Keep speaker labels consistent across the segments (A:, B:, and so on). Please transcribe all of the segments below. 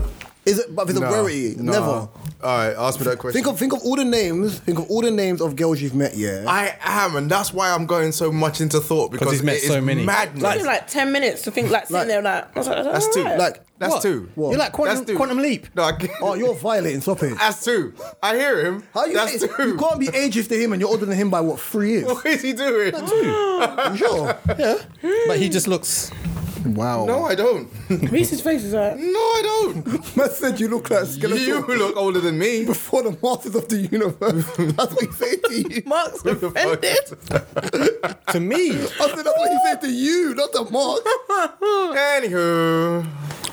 A: out of his obscurity. Never.
B: All right, ask me that question.
A: Think of think of all the names. Think of all the names of girls you've met. Yeah.
B: I am, and that's why I'm going so much into thought because
C: he's met
B: it is
C: so many.
B: Madness.
D: Took him like ten minutes to think, like sitting there, like I was like,
B: that's two.
D: alright.
B: Like that's
C: What?
B: two.
A: What?
C: You're like
B: That's
C: quantum,
B: two.
C: quantum leap.
B: No, I can't.
A: oh, you're violating. Stop it.
B: That's two. I hear him.
A: How you?
B: that's
A: you
B: two.
A: can't be ages to him, and you're older than him by what three years?
B: What is he doing?
A: You sure.
C: Yeah. But he just looks.
A: Wow.
B: No, I don't. No,
D: Reese's face is like,
B: I don't.
A: Man said you look like Skeletor
B: you look older than me.
A: before the Masters of the Universe. That's what he said to you.
D: Mark's
B: fuck?
D: offended.
C: To me,
A: I said that's what he said to you, not the Mark.
B: Anywho,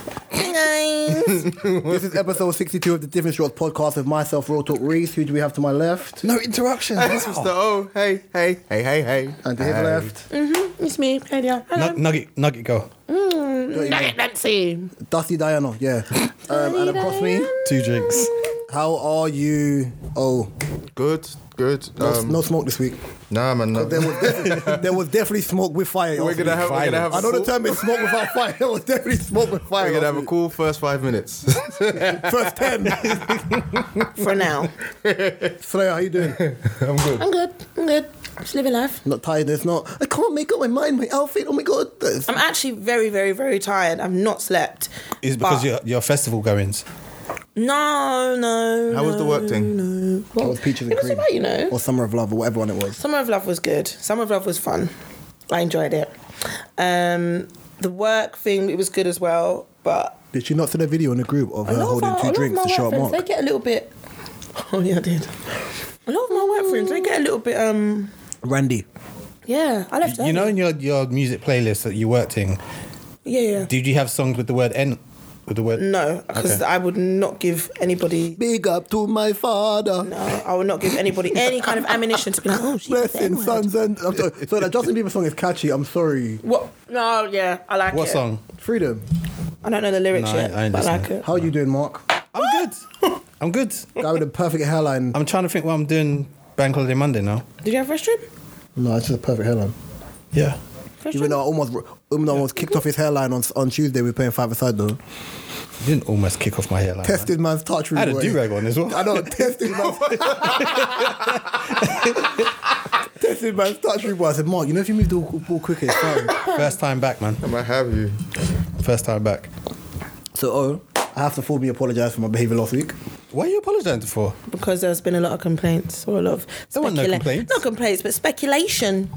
D: Guys.
A: this is episode 62 of the Different Strokes podcast with myself, Real Talk Reese. Who do we have to my left?
C: no interaction.
B: Mr. O, Oh, hey, hey, hey, hey, hey.
A: And to his
B: Hey.
A: left,
D: It's me, Pedia. Hello.
C: Nug- nugget, nugget, go.
D: Nugget Nancy.
A: Dusty Diana. Yeah. Um, and across me,
C: Two drinks.
A: how are you? Oh,
B: Good, good.
A: no,
B: Um,
A: no smoke this week.
B: Nah, man. No.
A: There was, definitely, there was definitely smoke with fire.
B: We're
A: last
B: gonna
A: week.
B: have. We're gonna have.
A: I know the
B: cool-
A: term is smoke without fire. There was definitely smoke with fire.
B: We're gonna have a
A: last
B: cool first five minutes.
A: week. First 10.
D: For now.
A: Slayer, how you doing?
B: I'm good.
D: I'm good. I'm good. Just living life.
A: Not tired, it's not. I can't make up my mind, my outfit. Oh my god. It's-
D: I'm actually very, very, very tired. I've not slept.
C: Is because
D: But-
C: your your festival goings.
D: No, no.
B: How was the work thing?
A: That was peaches and
D: It was
A: cream.
D: alright, you know.
A: Or summer of love, or whatever one it was.
D: Summer of Love was good. Summer of Love was fun. I enjoyed it. Um, the work thing it was good as well, but
A: Did she not send a video in the group of
D: a
A: her
D: lot
A: holding
D: of our, a
A: two
D: lot of
A: drinks
D: my
A: to show
D: white
A: up
D: friends
A: Mark?
D: they get a little bit. Oh yeah, I did. A lot of my white friends they get a little bit. Um,
A: Randy.
D: yeah, I left.
C: You know,
D: early.
C: in your, your music playlist that you worked in,
D: Yeah, yeah.
C: did you have songs with the word N? With the word
D: No, because
C: Okay.
D: I would not give anybody.
A: Big up to my father.
D: No, I would not give anybody any kind of ammunition to be like, oh, she's
A: Blessing sons and I'm sorry. So that Justin Bieber song is catchy. I'm sorry.
D: What? No, yeah, I like
C: What
D: it.
C: song?
A: Freedom.
D: I don't know the lyrics
C: No, I-
D: yet,
C: I ain't
D: but I like
C: listening.
D: it.
A: How you doing, Mark?
C: I'm good. I'm good.
A: Guy with a perfect hairline.
C: I'm trying to think what I'm doing Bank Holiday Monday now.
D: Did you have fresh trip?
A: No, it's just a perfect hairline.
C: Yeah.
D: Fresh
A: Even
D: trip?
A: though I almost, even though I almost kicked off his hairline on on Tuesday, we were playing five aside though.
C: You didn't almost kick off my hairline. man.
A: Tested man's touch.
C: I had a
A: boy.
C: do rag on as well.
A: I know, testing man's testing man's touch rebound. I said, Mark, you know if you move the ball- ball quicker, it's fine.
C: First time back, man.
B: I have you.
C: First time back.
A: so, oh, I have to formally apologise for my behaviour last week.
C: Why are you apologising for?
D: Because there's been a lot of complaints or a lot of
C: There weren't no
D: specula-
C: complaints.
D: Not complaints, but speculation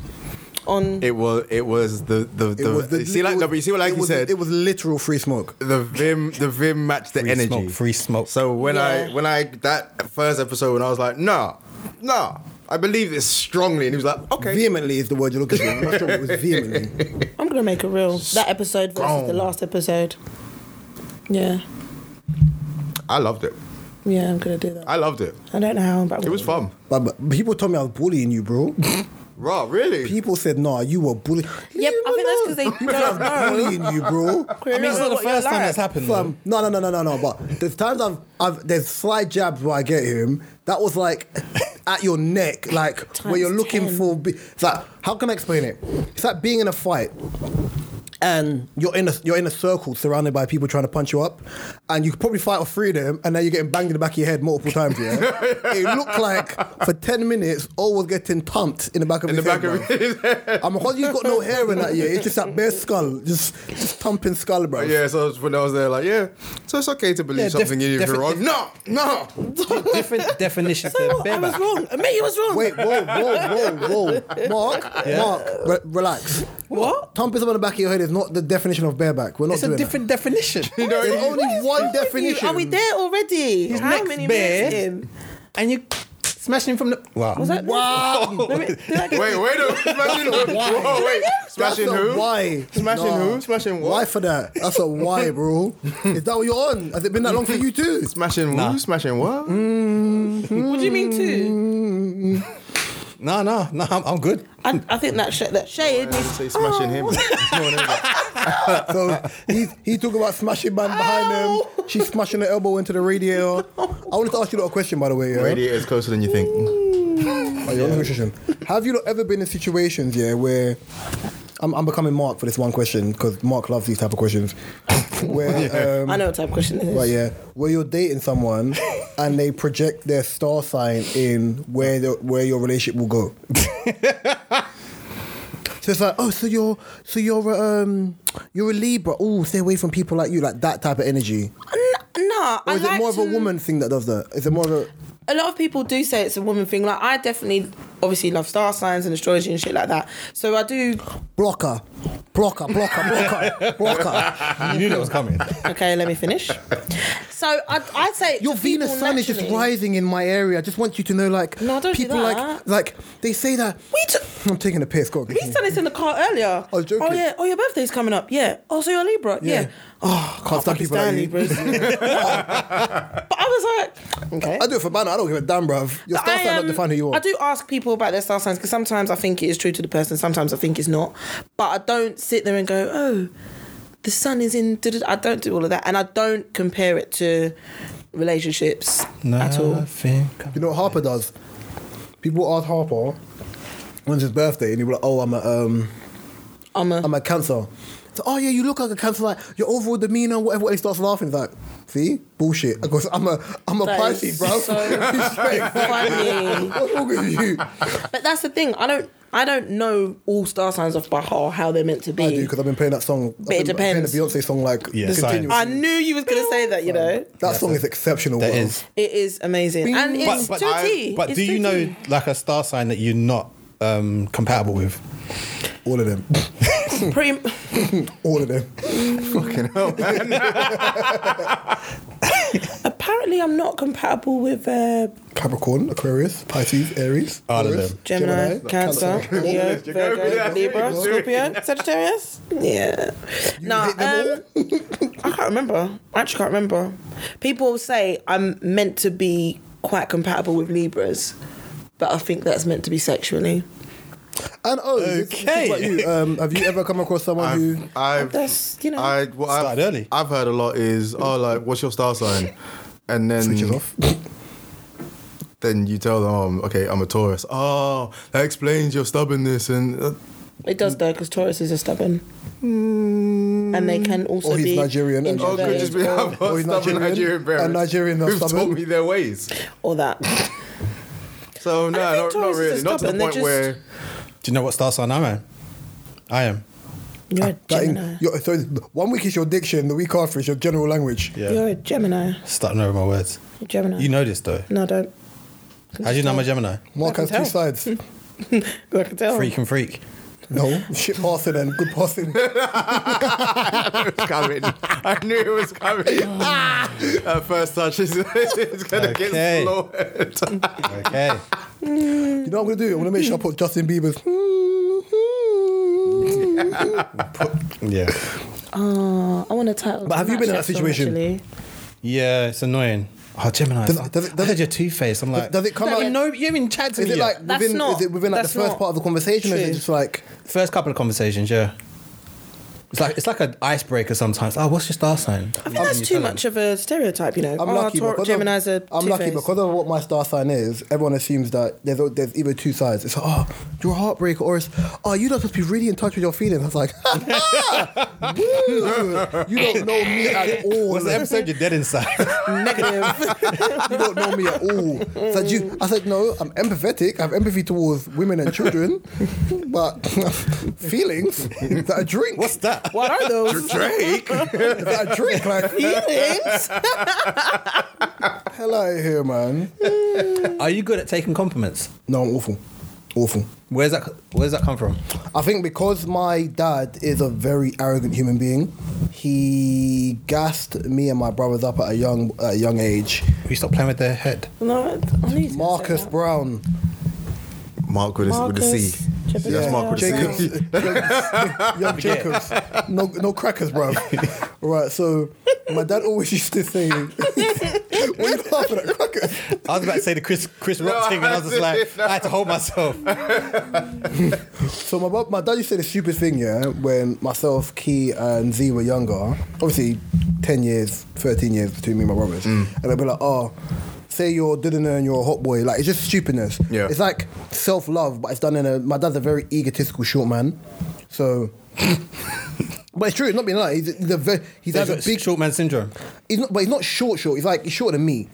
D: on.
B: It was. It was the the. the,
A: was the-
B: see, like
A: it
B: no,
A: was-
B: but you see what like
A: it
B: you
A: was,
B: said.
A: It was literal free smoke.
B: the vim the vim matched the
C: Free
B: energy
C: smoke, free smoke.
B: so when i
D: Yeah.
B: when i that first episode when i was like nah nah i believe this strongly and he was like okay
A: Vehemently is the word you're looking for. I'm not sure it was vehemently.
D: I'm gonna make a reel. That episode versus the
B: Strong.
D: last episode. Yeah,
B: i loved it
D: yeah, I'm gonna do that. I,
B: i loved it
D: don't know how, but
B: it was fun
A: But, but people told me I was bullying you, bro.
B: raw really
A: People said, nah, you were bullying.
D: Yep, I think that's 'cause they
A: People said
D: don't
A: I was bullying you, bro.
C: I mean, it's not the
D: What you're
C: first time
D: like.
C: that's happened. though.
A: Fam, no, no, no, no, no, no. But there's times I've, I've there's slight jabs where I get him. That was like at your neck, like where
D: Times
A: you're looking
D: 10.
A: for. Be- it's like how can I explain it? It's like being in a fight. And you're in a you're in a circle surrounded by people trying to punch you up, and you could probably fight off three of them, and now you're getting banged in the back of your head multiple times. Yeah, it looked like for ten minutes, all was getting pumped in the back of
B: in the
A: his
B: back
A: head,
B: of
A: bruv.
B: his head
A: I'm because you've got no hair in that year. It's just that bare skull, just just thumping skull, bro.
B: yeah so when i was there like yeah so it's okay to believe
C: Yeah, def-
B: something in you if you're wrong
C: definitely-
B: no no
C: Different definitions.
D: You
C: there,
D: know what? I
C: bareback.
D: was wrong. Admit you was wrong.
A: Wait, whoa, whoa, whoa, whoa. Mark, Mark, re- relax.
D: what?
A: Thumping someone on the back of your head is not the definition of bareback. We're not
C: It's
A: doing
C: a different definition.
A: that. There's only one definition.
D: Are we there already? how
C: next
D: many
C: bare.
D: minutes in?
C: and you smashing him from the. Wow.
D: Was that
A: Wow.
D: Let me- did I get-
B: wait wait no. smashing who Whoa, wait
A: That's
B: smashing
A: a
B: who
A: Why?
B: Smashing who? Smashing what?
A: Why for that? That's a why, bro. Is that what you're on? Has it been that long for you too?
B: smashing who smashing what
D: What do you mean two?
C: No, no, no. I'm, I'm good.
D: I, I think that sh- that shade
B: I
D: needs
B: say smashing
D: Oh.
B: him
A: So he he talking about smashing man behind
D: Ow.
A: him. She's smashing her elbow into the radiator. I wanted to ask you a little question, by the way. Yeah?
B: radiator is closer than you think
A: Oh, you're on the nutrition. Have you lot ever been in situations, yeah, where I'm, I'm becoming Mark for this one question because Mark loves these type of questions. where um,
D: I know what type of question it is.
A: Right, yeah. Where you're dating someone and they project their star sign in where the, where your relationship will go. so it's like, oh, so you're so you're a, um you're a Libra. Oh, stay away from people like you, like that type of energy.
D: N- No, I
A: Or is
D: like
A: it more of a
D: to-
A: woman thing that does that? Is it more of a
D: a lot of people do say it's a woman thing. Like I definitely, obviously, love star signs and astrology and shit like that. So I do.
A: blocker, blocker, blocker, blocker, blocker?
C: You knew that was coming.
D: Okay, let me finish. So I, I'd say
A: Your
D: to people
A: Venus sun is just
D: naturally-
A: rising in my area. I just want you to know, like,
D: No, don't do
A: people like
D: that.
A: like they say that.
D: We t-
A: I'm taking a piss. Go on,
D: we
A: continue.
D: said this in the car earlier.
A: I was joking.
D: Oh yeah. Oh, your birthday's coming up. Yeah. Oh, so you're a Libra. Yeah.
A: Yeah.
D: Oh, can't,
A: stand
D: fucking
A: people like
D: stand
A: you.
D: Libras. but I was like, okay.
A: I do it for banner. I don't give a damn, bruv. Your star
D: I,
A: sign don't
D: um,
A: define who you are.
D: I do ask people about their star signs because sometimes I think it is true to the person, sometimes I think it's not. But I don't sit there and go, oh, the sun is in. duh, duh, duh." I don't do all of that, and I don't compare it to relationships at all.
C: Nothing.
A: You know what Harper does? People ask Harper when's his birthday, and he'll be like, "Oh, I'm a um,
D: I'm a,
A: I'm a Cancer." So, oh yeah, you look like a Cancer. Like your overall demeanor, whatever. And he starts laughing. He's like, "See, bullshit." I go, "I'm a I'm a
D: That
A: Pisces,
D: is
A: bro."
D: so funny.
A: What's wrong with you?
D: but that's the thing. I don't. I don't know all star signs off by heart how they're meant to be.
A: I do because I've been playing that song. I've
D: it
A: been playing the
D: depends.
A: Beyonce song like
C: Yeah,
A: continuously.
C: science.
D: I knew you was gonna say that. You know,
A: That song is exceptional.
C: That
A: bro.
C: is.
D: it is amazing, and it's
C: But,
D: two
C: but,
D: T.
C: but
D: It's
C: do you
D: 2T.
C: know like a star sign that you're not um, compatible with?
A: all of them,
D: Pretty,
A: all of them.
D: apparently, I'm not compatible with. Uh,
A: Capricorn, Aquarius, Pisces, Aries,
C: All of
A: Taurus,
C: them.
D: Gemini, Cancer, Leo,
B: you go, yeah.
D: Virgo, Libra, Scorpio, Sagittarius. Yeah. No, um,
A: hate them
D: I can't remember. I actually can't remember. People say I'm meant to be quite compatible with Libras, but I think that's meant to be sexually.
A: And oh, okay.
C: Okay.
A: About you. Um, have you ever come across someone who?
B: I've, I've,
D: That's you know.
B: I, what I've,
C: Started early.
B: I've heard a lot is, oh, like, what's your star sign? And then
A: Switches off.
B: then you tell them, oh, okay, I'm a Taurus. Oh, that explains your stubbornness. And uh,
D: it does though, because Tauruses are stubborn, and they can also
A: Or he's
D: be
A: Nigerian and-
B: oh, it could
D: introverted
B: just be
D: or-
B: I've got
A: Or he's
B: stubborn
A: Nigerian,
B: Nigerian parents
A: and Nigerian are
B: who've
A: stubborn.
B: taught me their ways.
D: or that.
B: So no,
D: I
B: not,
D: don't think
B: not
D: Tauruses are
B: really. Not to the
D: stubborn, they're
B: point
D: just-
B: where
C: Do you know what star sign I'm at? I am.
D: You're a
A: That
D: Gemini.
A: in, your, so one week is your diction, the week after is your general language.
C: Yeah.
D: You're a Gemini.
C: Starting over my words.
D: You're Gemini.
C: You know this though.
D: No, I don't.
C: How do you know I'm a Gemini?
A: Mark
D: I
A: has
D: can
A: two
D: tell.
A: sides.
D: I can tell.
C: Freak and freak.
A: No, shit passing and good passing.
B: it was coming. I knew it was coming. ah! That first touch is it's gonna
C: Okay.
B: get slaughtered.
C: Okay.
A: You know what I'm gonna do? I'm gonna make sure I put Justin Bieber's.
C: yeah.
D: Oh, Mm-hmm. I want a title.
A: But have you been in that situation?
C: Yeah, it's annoying. Oh, Gemini.
A: Does-
C: I-
A: does it-
C: I
A: does
C: heard
A: it-
C: your two face. I'm like,
A: does it come
C: you don't
A: out-
C: even know- you haven't even chatted to
A: Is
C: me
A: it
C: yet.
A: like
D: That's
A: within?
D: not-
A: is it within like the
D: that's
A: first
D: not
A: part of the conversation, or is it
D: true.
A: just like?
C: First couple of conversations, yeah. It's like it's like an icebreaker sometimes. Oh, what's your star sign?
D: I think that's too much of a stereotype, you know.
A: I'm
D: Oh,
A: lucky
D: Taur-
A: because
D: Gemini's a
A: of, I'm lucky
D: two-faced.
A: because of what my star sign is. Everyone assumes that there's al- there's either two sides. It's like, oh, you're a heartbreaker, or it's oh, you don't supposed to be really in touch with your feelings. I was like, woo, you don't know me at all.
C: Was the episode you're dead inside?
D: negative.
A: you don't know me at all. It's like, you, I said, no, I'm empathetic. I have empathy towards women and children, but feelings that I drink.
C: what's that?
D: what are those
B: Drake.
A: that I drink like
D: feelings?
A: hell out of here, man.
C: Are you good at taking compliments?
A: No, I'm awful, awful.
C: Where's that? Where's that come from?
A: I think because my dad is a very arrogant human being, he gassed me and my brothers up at a young at a young age.
C: We stop playing with their head.
D: no, I need to
A: Marcus
D: say that.
A: Brown,
B: Mark with, a, with a C.
D: Marcus,
B: Yeah, that's Mark with a
A: Jacobs,
B: C.
A: young Jacobs, no no crackers, bro. right, so my dad always used to say, "What are you laughing at crackers?"
C: I was about to say the Chris Chris Rock
B: No,
C: thing, and I was just like, I had to hold myself.
A: So my bu- my dad used to say the stupid thing, yeah, when myself, Key, and Z were younger. Obviously, ten years, thirteen years between me and my brothers, and I'd be like, oh. Say you're dinner and you're a hot boy, like it's just stupidness.
B: Yeah.
A: It's like self love, but it's done in a. My dad's a very egotistical short man, so But it's true. It's not being like he's, he's a ve- he's
C: He's
A: had
C: got
A: a big.
C: short man syndrome.
A: He's not, but he's not short. Short. He's like he's shorter than me.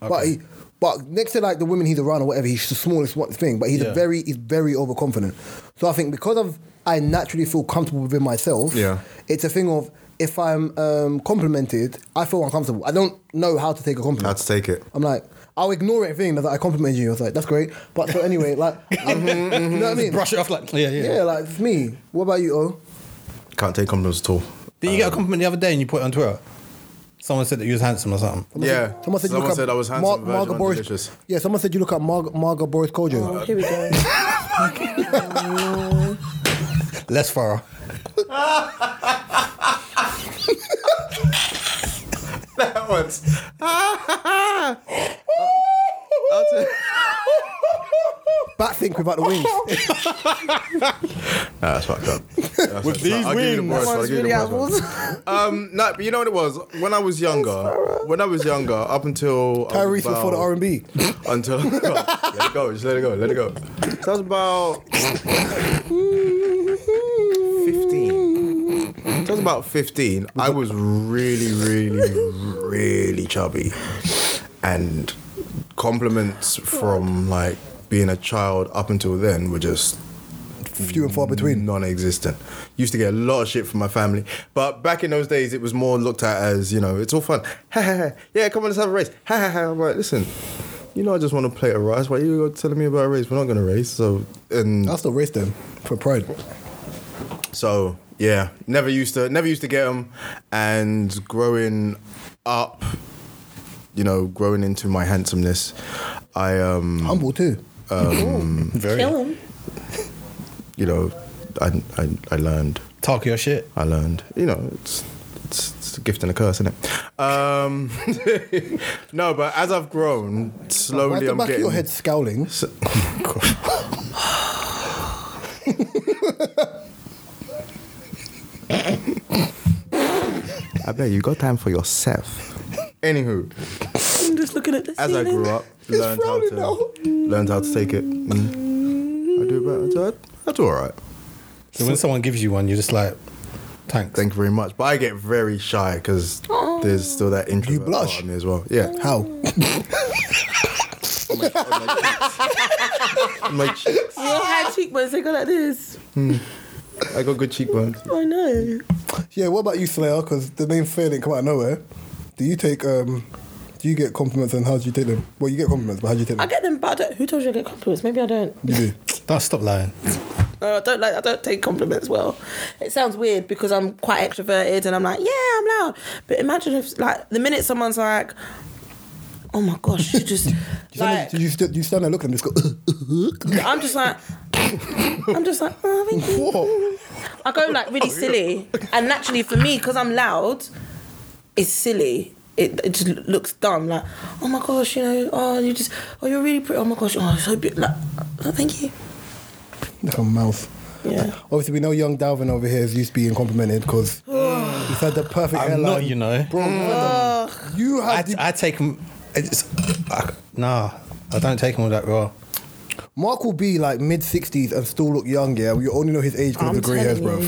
A: But
C: Okay.
A: he, but next to like the women he's around or whatever, he's the smallest one thing. But he's
C: Yeah.
A: a very he's very overconfident. So I think because of I naturally feel comfortable within myself.
B: Yeah.
A: It's a thing of if I'm um, complimented, I feel uncomfortable. I don't know how to take a compliment.
B: I'd take it.
A: I'm like, I'll ignore it. Thing that I complimented you. I was like, that's great. But so anyway, like, I'm- you know what I mean?
C: Brush it off like yeah, yeah.
A: Yeah, like it's me. What about you? Oh,
B: Can't take compliments at all.
C: Did you get a compliment the other day and you put it on Twitter? Someone said that you was handsome or something.
B: yeah.
A: someone said, you look
B: I
A: up
B: was
A: Mar-
B: handsome,
A: Margot
B: virgin, and
A: Boris-
B: delicious. Uh,
A: Yeah, someone said you look at Mar- Margot Boris Kojo.
D: Oh, here we go.
C: Less far.
B: That one's. I'll take-
A: Bat think without the wings.
B: Nah, that's fucked up. That's-
C: With
B: that's-
C: these
B: I'll give you the Boris
C: wings.
B: one,
D: That
B: I'll
D: one's
B: give you the
D: really
B: Boris one.
D: apples.
B: Um, no, but you know what it was when I was younger. When I was younger, up until I
A: Tyrese was for the
B: about-
A: R&B.
B: Until let it go, just let it go, let it go. So I was about fifteen. So I was about fifteen. I was really, really, really chubby, and compliments from like being a child up until then were just
A: Few and far between.
B: non-existent. Used to get a lot of shit from my family, but back in those days, it was more looked at as you know, it's all fun. Ha, ha, ha. yeah, come on, let's have a race. Ha, ha, ha. I'm like, listen, you know, I just want to play a race. Why you telling me about a race? We're not going to race. So and
A: I still race them for pride.
B: Hmm. so yeah, never used to never used to get them, and growing up, you know, growing into my handsomeness, I um.
A: Humble too.
C: Very
B: you know, I, I, I learned.
C: talk your shit.
B: I learned. You know, it's it's, it's a gift and a curse, isn't it? Um, no, but as I've grown,
A: Why is
B: slowly
A: the
B: I'm
A: back
B: getting.
A: of your head scowling?
B: S- oh, God. I bet you got time for yourself. Anywho,
D: I'm just looking at the
B: as I
D: ceiling.
B: grew up, learned how
A: frowning
B: to
A: now.
B: learned how to take it. Mm. I do better. I do all right.
C: So when someone gives you one, you're just like, thanks.
B: Thank you very much. But I get very shy because there's still that introvert
A: blush?
B: part of me as well. Yeah.
A: How?
B: My cheeks.
D: Your high cheekbones, they go like this.
B: I got good cheekbones.
D: I know.
A: yeah, what about you, Slayer? Because the name Slayer didn't come out of nowhere. Do you take um? Do you get compliments and how do you take them? Well, you get compliments, but how do you take
D: I
A: them?
D: get them, but I don't, who told you I get compliments? Maybe I don't.
A: You do.
C: Don't stop lying.
D: No, I don't like. I don't take compliments well. It sounds weird because I'm quite extroverted and I'm like, yeah, I'm loud. But imagine if, like, the minute someone's like, oh my gosh, you just like,
A: Sometimes you, st- you stand there looking and just go.
D: I'm just like, I'm just like, oh, thank you. I go like
A: Oh,
D: really silly, and naturally for me, because I'm loud, it's silly. It, it just looks dumb. Like, oh my gosh, you know, oh you just, oh you're really pretty. Oh my gosh, oh so beautiful. Like, oh, thank you.
A: Like a mouth.
D: Yeah.
A: Obviously, we know young Dalvin over here is used to being complimented because he's had the perfect
C: I'm
A: hairline.
C: not, you know.
A: Bro, you had the- you
C: I,
A: had the,
C: I take them. It's, I, nah, I don't take them all that well.
A: Mark will be like mid 60s and still look young, yeah. We only know his age because of the grey hairs, bro.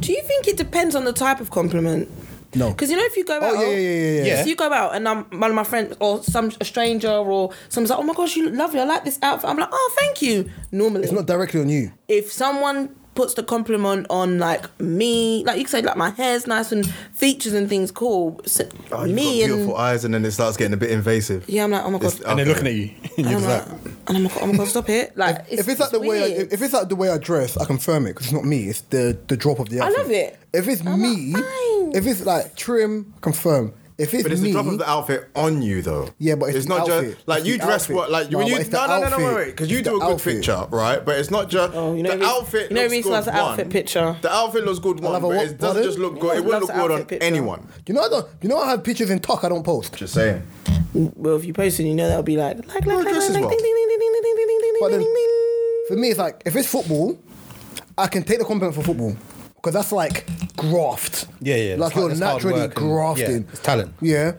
D: Do you think it depends on the type of compliment?
A: No.
D: Because you know, if you go out,
A: Oh, yeah, yeah, yeah, yeah,
C: Yeah.
D: If you go out and um, one of my friends or some a stranger or someone's like, oh my gosh, you look lovely. I like this outfit. I'm like, oh, thank you. Normally,
A: It's not directly on you.
D: if someone puts the compliment on like me, like you could say like my hair's nice and features and things cool. s-
B: Oh, you've
D: me
B: got beautiful
D: and
B: eyes, and then it starts getting a bit invasive.
D: yeah, I'm like, oh my god.
B: It's-
C: And they're
B: Okay.
C: looking at you. And you're
D: And I'm,
C: just
D: like,
C: like,
D: and I'm like, oh my god, stop it! Like,
A: if it's like the way I,
D: weird.
A: if it's like the way I dress, I confirm it because it's not me. It's the the drop of the
D: I
A: outfit.
D: love it.
A: If it's
D: I'm
A: me,
D: like, fine.
A: if it's like trim, confirm. If it's,
B: But it's
A: me,
B: the drop of the outfit on you though.
A: Yeah, but it's the
B: not
A: outfit.
B: just like
A: It's
B: you
A: the
B: dress
A: outfit.
B: what like
A: No,
B: when
A: but
B: you
A: it's the
B: no, no no no
A: outfit.
B: wait wait because you
A: It's
B: do a
A: the
B: good
A: outfit.
B: picture right, but it's not just
D: Oh, you know
B: the
D: Reece-
B: outfit.
D: you know
B: looks
D: Reece
B: good
D: loves the
B: one.
D: outfit picture.
B: The outfit looks good one,
A: love a
B: but
A: what-
B: it doesn't
A: pardon?
B: just look good.
D: Everyone
B: It wouldn't
D: loves
B: look
D: the
B: good on
D: outfit picture.
B: anyone.
A: you know I don't. You know I have pictures in talk. I don't post.
B: Just saying.
D: well, if you post it, you know that'll be like, like, like,
B: Well,
D: like, like,
B: dresses
D: like,
B: well.
D: ding, ding, ding, ding, ding, ding, ding, ding,
A: But
D: ding,
A: then,
D: ding, ding.
A: for me, it's like if it's football, I can take the compliment for football because that's like graft.
C: Yeah, yeah,
A: Like
C: that's hard-
A: you're
C: that's hard
A: naturally
C: work and-
A: grafting.
C: yeah, it's talent.
A: Yeah.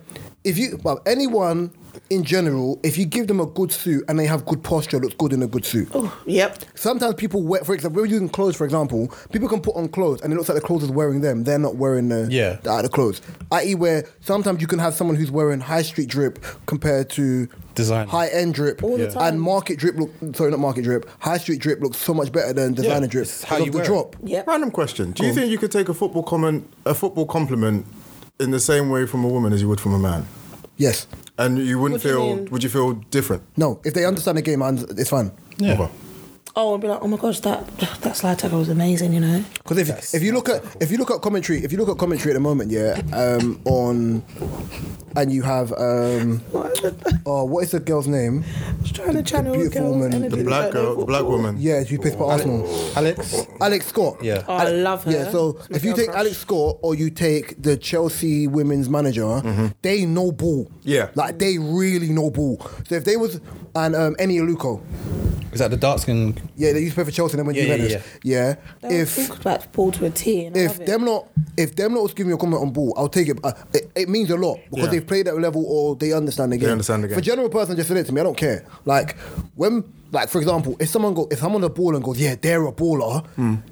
A: If you, but anyone in general, if you give them a good suit and they have good posture, looks good in a good suit.
D: Yep.
A: Sometimes people wear, for example, we're using clothes, for example, people can put on clothes and it looks like the clothes is wearing them. They're not wearing the,
C: Yeah.
A: the, the clothes. I.e., where sometimes you can have someone who's wearing high street drip compared to
C: Designer.
A: high end drip.
D: All the Yeah. time.
A: And market drip look, sorry, not market drip, high street drip looks so much better than designer drip.
C: it's how
A: because of
C: you
A: the
C: wear it.
A: drop.
D: Yep.
B: Random question. Do you think you could take a football comment, a football compliment, in the same way from a woman as you would from a man,
A: Yes.
B: and you wouldn't
D: What do you
B: feel?
D: mean?
B: would you feel different?
A: No, if they understand the game, and it's fine.
C: Yeah.
B: Okay.
D: Oh, and be like, oh my gosh, that that slide tackle was amazing, you know.
A: Because if if you look at if you look at commentary, if you look at commentary at the moment, yeah, um, on and you have um,
D: What?
A: oh, what is the girl's name?
D: Just trying to channel a
A: beautiful
D: girl's
A: woman,
D: energy
B: The
D: that
B: black
D: don't know
B: girl, the black
D: football.
B: woman.
A: Yeah, she plays for Arsenal.
C: Alex.
A: Alex Scott.
C: Yeah.
D: Oh, I love her.
A: Yeah, so
D: It's my
A: if you
D: girl
A: take
D: crush.
A: Alex Scott or you take the Chelsea women's manager, they know ball.
B: Yeah.
A: Like they really know ball. So if they was and um Eni Aluko,
C: Is that the dark skin?
A: yeah, they used to play for Chelsea and then went
C: Yeah,
A: to
C: yeah,
A: Juventus. Yeah.
D: They would
A: If
D: talk about ball to a T. And I
A: if
D: love it.
A: them not if them not was giving me a comment on ball, I'll take it. Uh, it, it means a lot because
B: Yeah.
A: they've played at a level or they understand the game.
B: understand the game.
A: If a general person just said it to me, I don't care. Like when, like for example, if someone go if someone on the ball and goes, yeah, they're a baller,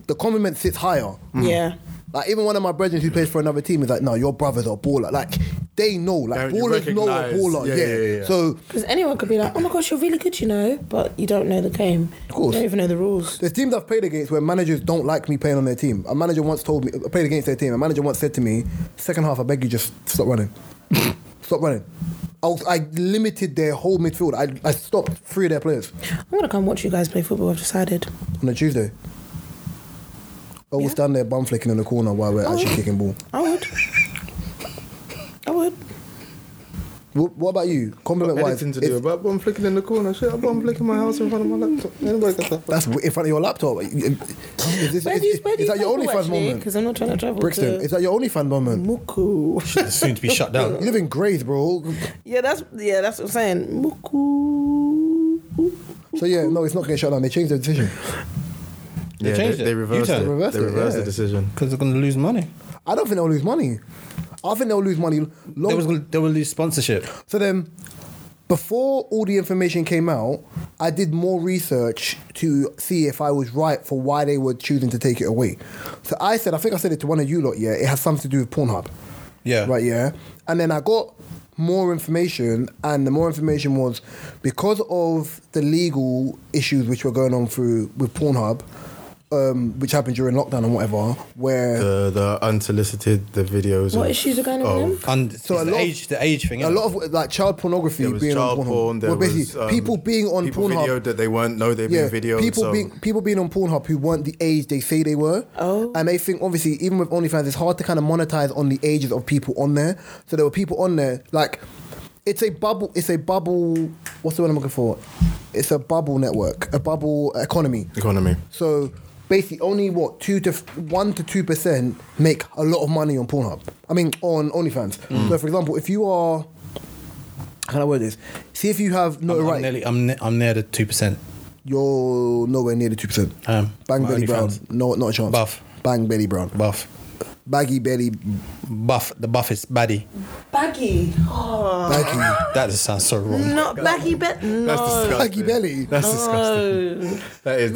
A: the compliment sits higher.
D: Yeah.
A: Like even one of my brethren who plays for another team is like, no, your brothers are baller. Like they know, like
B: Yeah, you
A: ballers know a
B: recognise.
A: baller.
B: Yeah,
A: Yeah,
B: yeah, yeah, yeah.
A: So
D: Because anyone could be like, oh my gosh, you're really good, you know, but you don't know the game. Of
A: course.
D: You don't even know the rules.
A: There's teams I've played against where managers don't like me playing on their team. A manager once told me, I played against their team. A manager once said to me, second half, I beg you, just stop running. stop running. I, was, I limited their whole midfield. I, I stopped three of their players
D: I'm going to come watch you guys play football, I've decided.
A: on a Tuesday. I was
D: Yeah.
A: down there bum flicking in the corner while we're actually
D: Oh.
A: kicking ball.
D: I would. I would.
A: What, what about you? Compliment wise,
B: Anything to do about bomb flicking in the corner? Shit, I bomb flicking my house in front of my laptop. Anybody got that?
A: that's w- in front of your laptop. Is, this,
D: Where do you,
A: is-
D: where do
A: is
D: you
A: that your
D: travel,
A: OnlyFans
D: actually?
A: moment?
D: Because I'm not trying to travel
A: Brixton,
D: to
A: is that your OnlyFans moment?
D: Muku.
C: It's soon to be shut down.
A: You live in Grays, bro.
D: yeah, that's yeah, that's what I'm saying. Muku.
A: So yeah, no, it's not getting shut down. They changed their decision.
C: They changed it.
B: They reversed
C: U-turn.
B: it.
A: Reversed
B: They
A: it,
B: reversed
A: yeah.
B: the decision.
C: Because they're going to lose money.
A: I don't think they'll lose money. I think they'll lose money. Long-
C: They, was gonna, they will lose sponsorship.
A: so then, before all the information came out, I did more research to see if I was right for why they were choosing to take it away. So I said, I think I said it to one of you lot. Yeah, it has something to do with Pornhub.
C: Yeah.
A: Right. Yeah. And then I got more information, and the more information was because of the legal issues which were going on through with Pornhub. Um, which happened during lockdown and whatever, where
B: The the unsolicited the videos.
D: What
B: of-
D: issues are going on
B: of-
D: with them?
C: And so
A: a
C: the
A: lot of-
C: age, the age thing.
A: a
C: innit?
A: lot of like child pornography
B: There was
A: being
B: child
A: on Pornhub.
B: porn. There
A: well, basically,
B: was um,
A: people being on
B: people
A: Pornhub.
B: videoed that they weren't know they've
A: yeah,
B: been videoed.
A: people
B: so.
A: being people being on Pornhub who weren't the age they say they were.
D: Oh.
A: and they think obviously even with OnlyFans, it's hard to kind of monetize on the ages of people on there. So there were people on there like it's a bubble. It's a bubble. What's the word I'm looking for? It's a bubble network, a bubble economy.
B: economy.
A: So basically, only what two to one to two percent make a lot of money on Pornhub. I mean, on OnlyFans. So, for example, if you are, how can I word this? See if you have
C: I'm, I'm
A: notoriety.
C: nearly, I'm, ne- I'm near the 2%.
A: you're nowhere near the two percent.
C: I am.
A: Bang
C: My
A: belly brown.
C: OnlyFans.
A: No, not a chance.
C: Um, Buff.
A: Bang belly brown.
C: Buff.
A: Baggy belly.
C: Buff. The buff is baddie.
D: Baggy. Oh.
A: Baggy.
C: That just sounds so wrong.
D: Not baggy, but no.
B: That's disgusting.
A: Baggy belly.
B: That's disgusting.
D: No.
B: That is
A: Mm.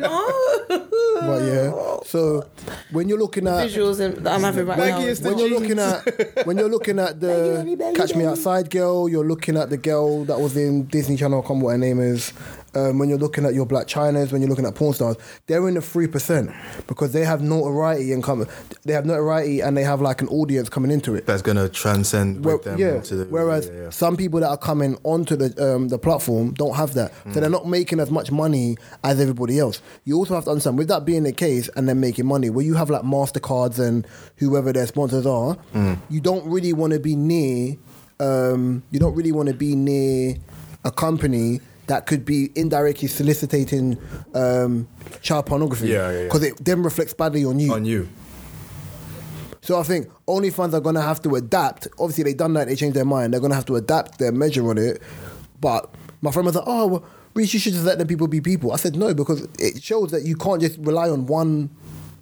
D: no. Oh.
A: But yeah. So when you're looking at
D: Visuals in, that I'm having right now.
B: Baggiest
A: when you're looking at when you're looking at
D: Belly,
A: the
D: belly,
A: Catch Me
D: belly.
A: Outside girl, you're looking at the girl that was in Disney Channel. I can't remember what her name is. Um, when you're looking at your Black Chinas, when you're looking at porn stars, they're in the three percent because they have notoriety and come. They have notoriety and they have like an audience coming into it.
B: That's gonna transcend
A: Where-
B: with them.
A: yeah.
B: To the,
A: Whereas
B: yeah, yeah.
A: some people that are coming onto the um, the platform don't have that, so they're not making as much money as everybody else. You also have to understand with that being the case, and then making money where you have like Mastercards and whoever their sponsors are,
B: Mm.
A: you don't really want to be near. Um, you don't really want to be near a company that could be indirectly soliciting um, child pornography.
B: Yeah, yeah, yeah.
A: Because it then reflects badly on you.
B: on you.
A: So I think OnlyFans are gonna have to adapt. Obviously, they done that. They changed their mind. They're gonna have to adapt their measure on it. But my friend was like, "Oh, well, Reese, you should just let the people be people." I said, "No, because it shows that you can't just rely on one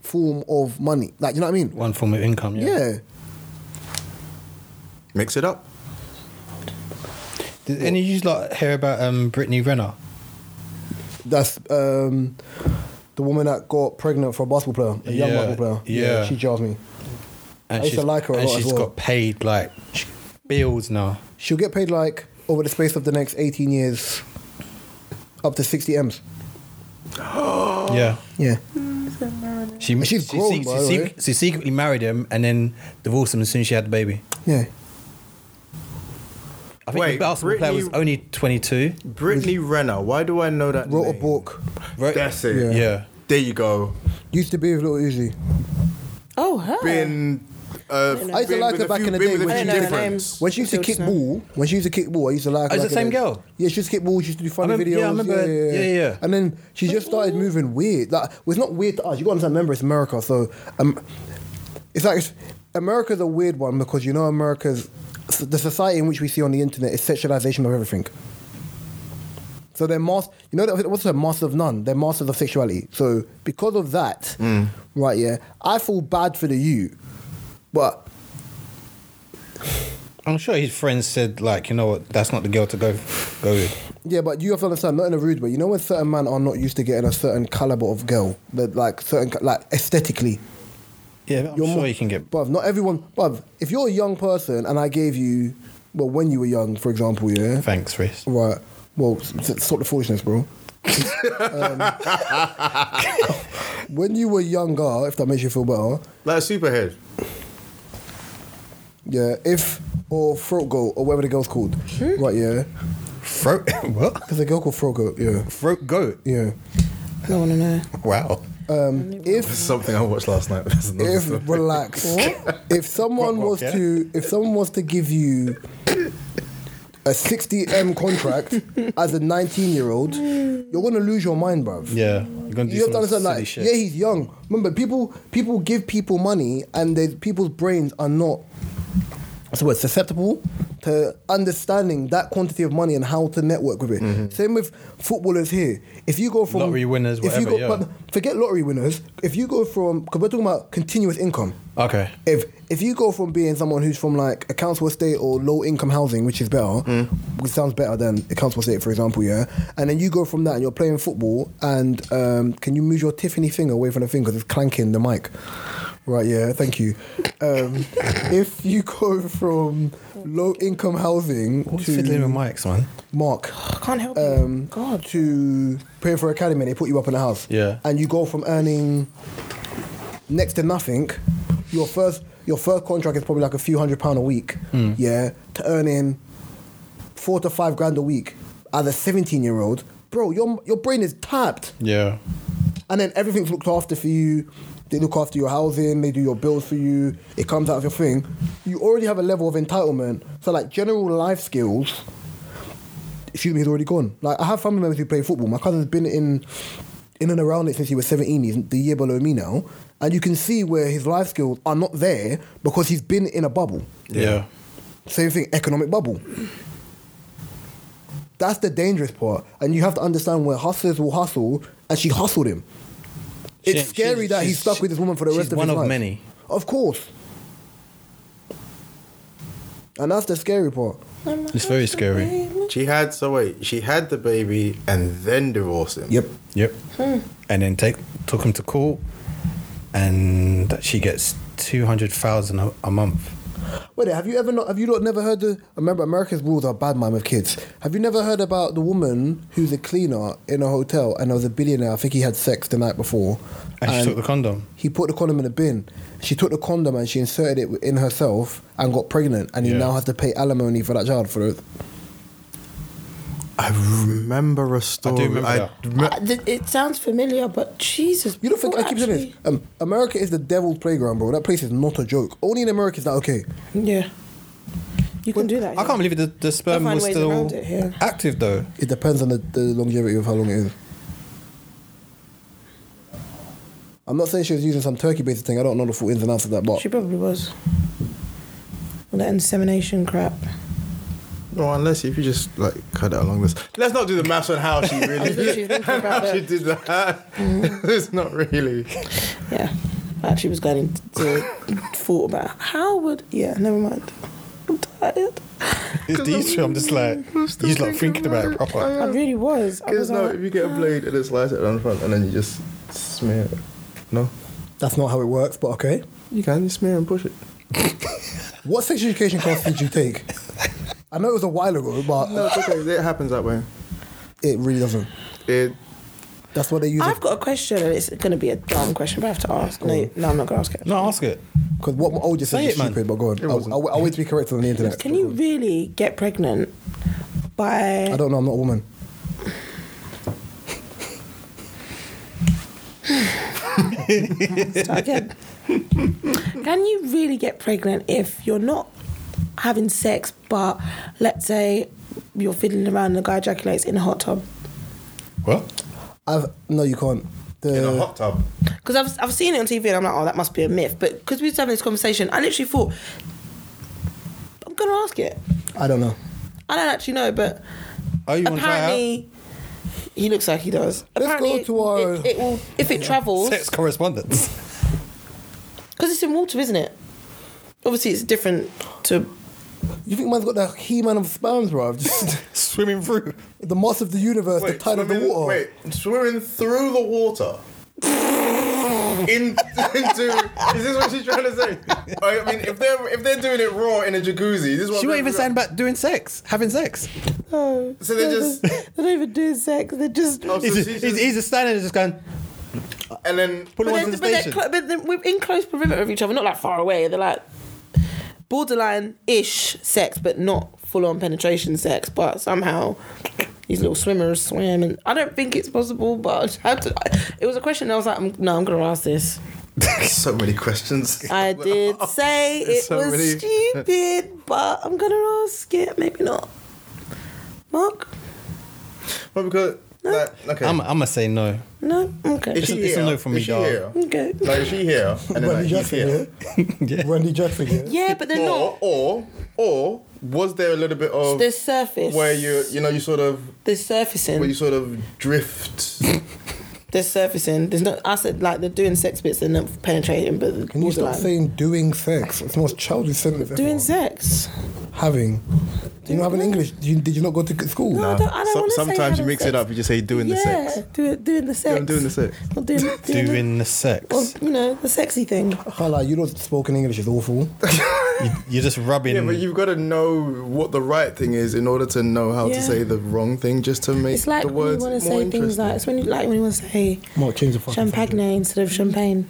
A: form of money. Like, you know what I mean?
C: One form of income. Yeah.
A: Yeah,
B: Mix it up.
C: Did any of you lot hear about um, Brittany Renner?
A: That's um, the woman that got pregnant for a basketball player, a young
C: Yeah,
A: basketball player.
C: yeah.
A: she jars me.
C: And
A: I used to
C: she's-
A: like her a
C: And
A: lot as
C: she's
A: well.
C: got paid like bills now.
A: She'll get paid like over the space of the next 18 years, up to 60 m's.
C: Yeah.
A: Yeah,
C: She,
A: She's
C: she,
A: grown, by
C: she, she,
A: the
C: she-
A: way.
C: she secretly married him and then divorced him as soon as she had the baby.
A: yeah.
C: I think
B: Wait,
C: the basketball player was
B: Brittany-
C: only 22.
B: Brittany Renner. Why do I know that?
A: Wrote a
B: name?
A: book.
C: Right?
B: That's it.
A: Yeah.
C: Yeah.
B: There you go.
A: Used to be with Little Uzi.
D: Oh, her.
B: Been. Uh,
A: I used to
B: been
A: like
B: with
A: her
B: a
A: back
B: few-
A: in the
B: been
A: day
B: with a
A: when
D: I
B: few
D: don't know her
B: differents.
D: name.
A: When she used to
D: Still
A: kick
D: just now.
A: ball, when she used to kick ball, I used to like. her
C: Oh, is it
A: back
C: the
A: in
C: same
A: day.
C: girl?
A: Yeah, she used to kick ball. She used to do funny
C: I remember-
A: videos.
C: yeah, I remember- yeah, yeah.
A: And then she just started moving weird. Like, well, it's not weird to us. You got to understand. Remember, it's America, so um, it's like it's, America's a weird one because you know America's the society in which we see on the internet is sexualization of everything. So they're mas- you know that- what's a master of none? They're masters of sexuality. So because of that,
C: Mm.
A: right? Yeah, I feel bad for the you, but
C: I'm sure his friends said, like, you know what, that's not the girl to go go with.
A: Yeah, but you have to understand, not in a rude way. You know when certain men are not used to getting a certain caliber of girl, that like certain ca- like aesthetically.
C: Yeah, but I'm sure you can get.
A: Bruv, not everyone. Bruv, if you're a young person and I gave you, well, when you were young, for example, yeah,
C: Thanks, Reese.
A: right. Well, s- s- sort the foolishness, bro. um, when you were younger, if that makes you feel better,
B: Like a superhead.
A: yeah. If or throat goat or whatever the girl's called, right? Yeah,
C: Throat. What?
A: there's a girl called throat goat. Yeah,
C: Throat goat.
A: yeah.
D: I don't want to know.
C: Wow.
A: If
B: Something I watched last night. That's another story.
A: if relax if someone
C: Rock, rock,
A: was
C: yeah?
A: to if someone was to give you a 60m contract as a 19 year old you're gonna lose your mind bruv
C: Yeah. You're going to do
A: you have to
C: some
A: understand
C: silly
A: like
C: shit.
A: yeah he's young remember people people give people money and they, people's brains are not so what susceptible to understanding that quantity of money and how to network with it. Same with footballers here. If you go from
C: Mm-hmm. Lottery winners,
A: if you
C: whatever,
A: go,
C: yeah.
A: but forget lottery winners. If you go from because we're talking about continuous income.
C: Okay.
A: If if you go from being someone who's from like a council estate or low income housing, which is better, which sounds better than a council estate, for example, yeah, and then you go from that and you're playing football, and um, can you move your Tiffany finger away from the finger? It's clanking the mic. Right, yeah, thank you. Um, if you go from low income housing
C: Who's fiddling with
A: to
C: mics, man?
A: Mark
D: I can't help
A: um,
D: it. God.
A: to paying for academy, they put you up in the house.
C: Yeah.
A: And you go from earning next to nothing, your first your first contract is probably like a few hundred pound a week. Yeah. To earning four to five grand a week as a seventeen year old, bro, your your brain is tapped.
C: Yeah.
A: And then everything's looked after for you. They look after your housing, they do your bills for you, it comes out of your thing. You already have a level of entitlement. So like general life skills excuse me, he's already gone. Like I have family members who play football. My cousin's been in in and around it since he was 17. He's the year below me now, and you can see where his life skills are not there because he's been in a bubble.
C: Yeah.
A: Same thing, economic bubble. That's the dangerous part, and you have to understand where hustlers will hustle, and she hustled him. It's
C: She-
A: scary
C: she's-
A: that he's
C: she's-
A: stuck with this woman for the
C: she's
A: rest of
C: one
A: his
C: of
A: life.
C: many.
A: Of course. And that's the scary part.
C: It's very scary.
B: She had so wait, she had the baby and then divorced him.
C: Yep. And then take took him to court, and that she gets two hundred thousand a a month.
A: Wait, have you ever not? Have you lot never heard the? Remember, America's rules are bad, man, with kids. Have you never heard about the woman who's a cleaner in a hotel and there was a billionaire? I think he had sex the night before,
C: And, she took the condom.
A: he put the condom in the bin. She took the condom and she inserted it in herself and got pregnant, and he
C: Yeah.
A: now has to pay alimony for that child for it.
B: I remember a story.
C: remember that.
B: rem-
D: Uh, th- it sounds familiar, but Jesus.
A: You don't think
D: people
A: I keep saying this?
D: actually-
A: Um, America is the devil's playground, bro. That place is not a joke. Only in America is that okay.
D: Yeah. You can do that.
C: I
D: yeah.
C: can't believe the, the sperm
D: find
C: was
D: ways
C: still
D: around it, yeah.
C: active though.
A: It depends on the, the longevity of how long it is. I'm not saying she was using some turkey based thing. I don't know the full ins and outs of that, but
D: She probably was. All that insemination crap.
B: no, unless if you just like cut it along this. Let's not do the maths on how she really
D: literally
B: did,
D: thinking
B: how
D: about
B: she
D: that.
B: did that.
A: Mm-hmm.
B: it's not really.
D: Yeah. I actually was going to thought about how would. Yeah, never mind. tired.
C: It's these two. I'm just like, he's like thinking about it proper.
D: I really was. I was
B: Because no,
D: like,
B: if you get a blade and it slices it down the front and then you just smear it. No?
A: That's not how it works, but okay.
B: You can just smear and push it.
A: What sex education class did you take? I know it was a while ago, but
B: No, it's okay. It happens that way.
A: it really doesn't.
B: It
A: That's what they use.
D: I've got a question, and it's going to be a dumb question, but I have to ask. No, no, I'm not going to ask it.
C: No, ask it.
A: Because what my old just said
C: Say
A: is
C: it, man.
A: stupid, but go on. I'll, I'll, I'll wait to be corrected on the internet.
D: Can you really get pregnant
A: I
D: by?
A: don't know. I'm not a woman.
D: Start again. Can you really get pregnant if you're not having sex, but let's say you're fiddling around and the guy ejaculates in a hot tub?
C: What?
A: I've no, you can't. The,
B: in a hot tub.
D: Because I've, I've seen it on TV and I'm like, oh, that must be a myth. But because we was having this conversation, I literally thought, I'm going to ask it.
A: I don't know.
D: I don't actually know, but
C: Oh, you want to try
D: apparently he looks like he does.
A: Let's go
D: Apparently,
A: to our-
D: It, it will if it travels
C: out? Sex correspondence.
D: because it's in water, isn't it? Obviously, it's different to.
A: You think man's got the he-man of sperms, bro? Just
C: Swimming through.
A: the mass of the universe, the tide of the water.
B: Wait, swimming through the water. In, into is this what she's trying to say? I mean, if they're if they're doing it raw in a jacuzzi, this is what
C: She
B: they're
C: won't even
B: doing.
C: saying about doing sex, having sex.
D: Oh,
B: So they just-
D: they don't even do sex. They just.
B: Oh, so
C: He's,
B: she's
C: he's,
B: just-
C: he's just standing there just going,
B: and then
C: pull
D: but
C: it
D: they're,
C: onto the
D: but, they're
C: station.
D: clo- but they're- we're in close perimeter of each other, not like far away. They're like borderline ish sex, but not full on penetration sex. But somehow these little swimmers swim, and I don't think it's possible. But I had to, it was a question. I was like, I'm, no, I'm gonna ask this.
B: so many questions.
D: I did say it
B: So
D: was
B: many-
D: stupid, but I'm gonna ask it. Maybe not. Mark?
B: Well, because like, okay,
C: I'm, I'm going to say no.
D: No? Okay.
B: is she
C: it's a- it's a
B: here?
C: no from
B: Is
C: me,
B: she
C: dog.
B: here?
D: Okay.
B: Like is she here? And then like,
A: Randy
B: he's
A: Jackson,
B: here.
A: yeah. Randy Jackson, yeah.
D: Yeah, but they're
B: Or
D: not.
B: or or was there a little bit of
D: The surface.
B: where you you know you sort of
D: There's surfacing.
B: where you sort of drift?
D: There's surfacing. There's no. I said like they're doing sex bits. They're not penetrating, but they're
A: Can you stop
D: borderline.
A: saying doing sex? It's the most childish sentence. ever.
D: doing sex?
A: having. Do you not have an English? Do you, did you not go to school?
D: No, I don't, I don't want to say
B: sometimes you
D: having
B: mix
D: sex.
B: it up. You just say doing
D: yeah,
B: the sex.
D: do- doing the sex.
B: doing the sex.
D: Or doing, doing,
C: Doing the
D: or,
C: sex.
D: you know the sexy thing.
A: Hala, you not spoken English is awful.
C: You're just rubbing.
B: Yeah, but you've got to know what the right thing is in order to know how
D: Yeah.
B: to say the wrong thing, just to make
D: It's like
B: the
D: when you
B: words
D: want
B: more
D: to say things
B: interesting.
D: like it's when you like when you want to say
A: Mark, change the fucking
D: champagne
A: subject.
D: instead of champagne.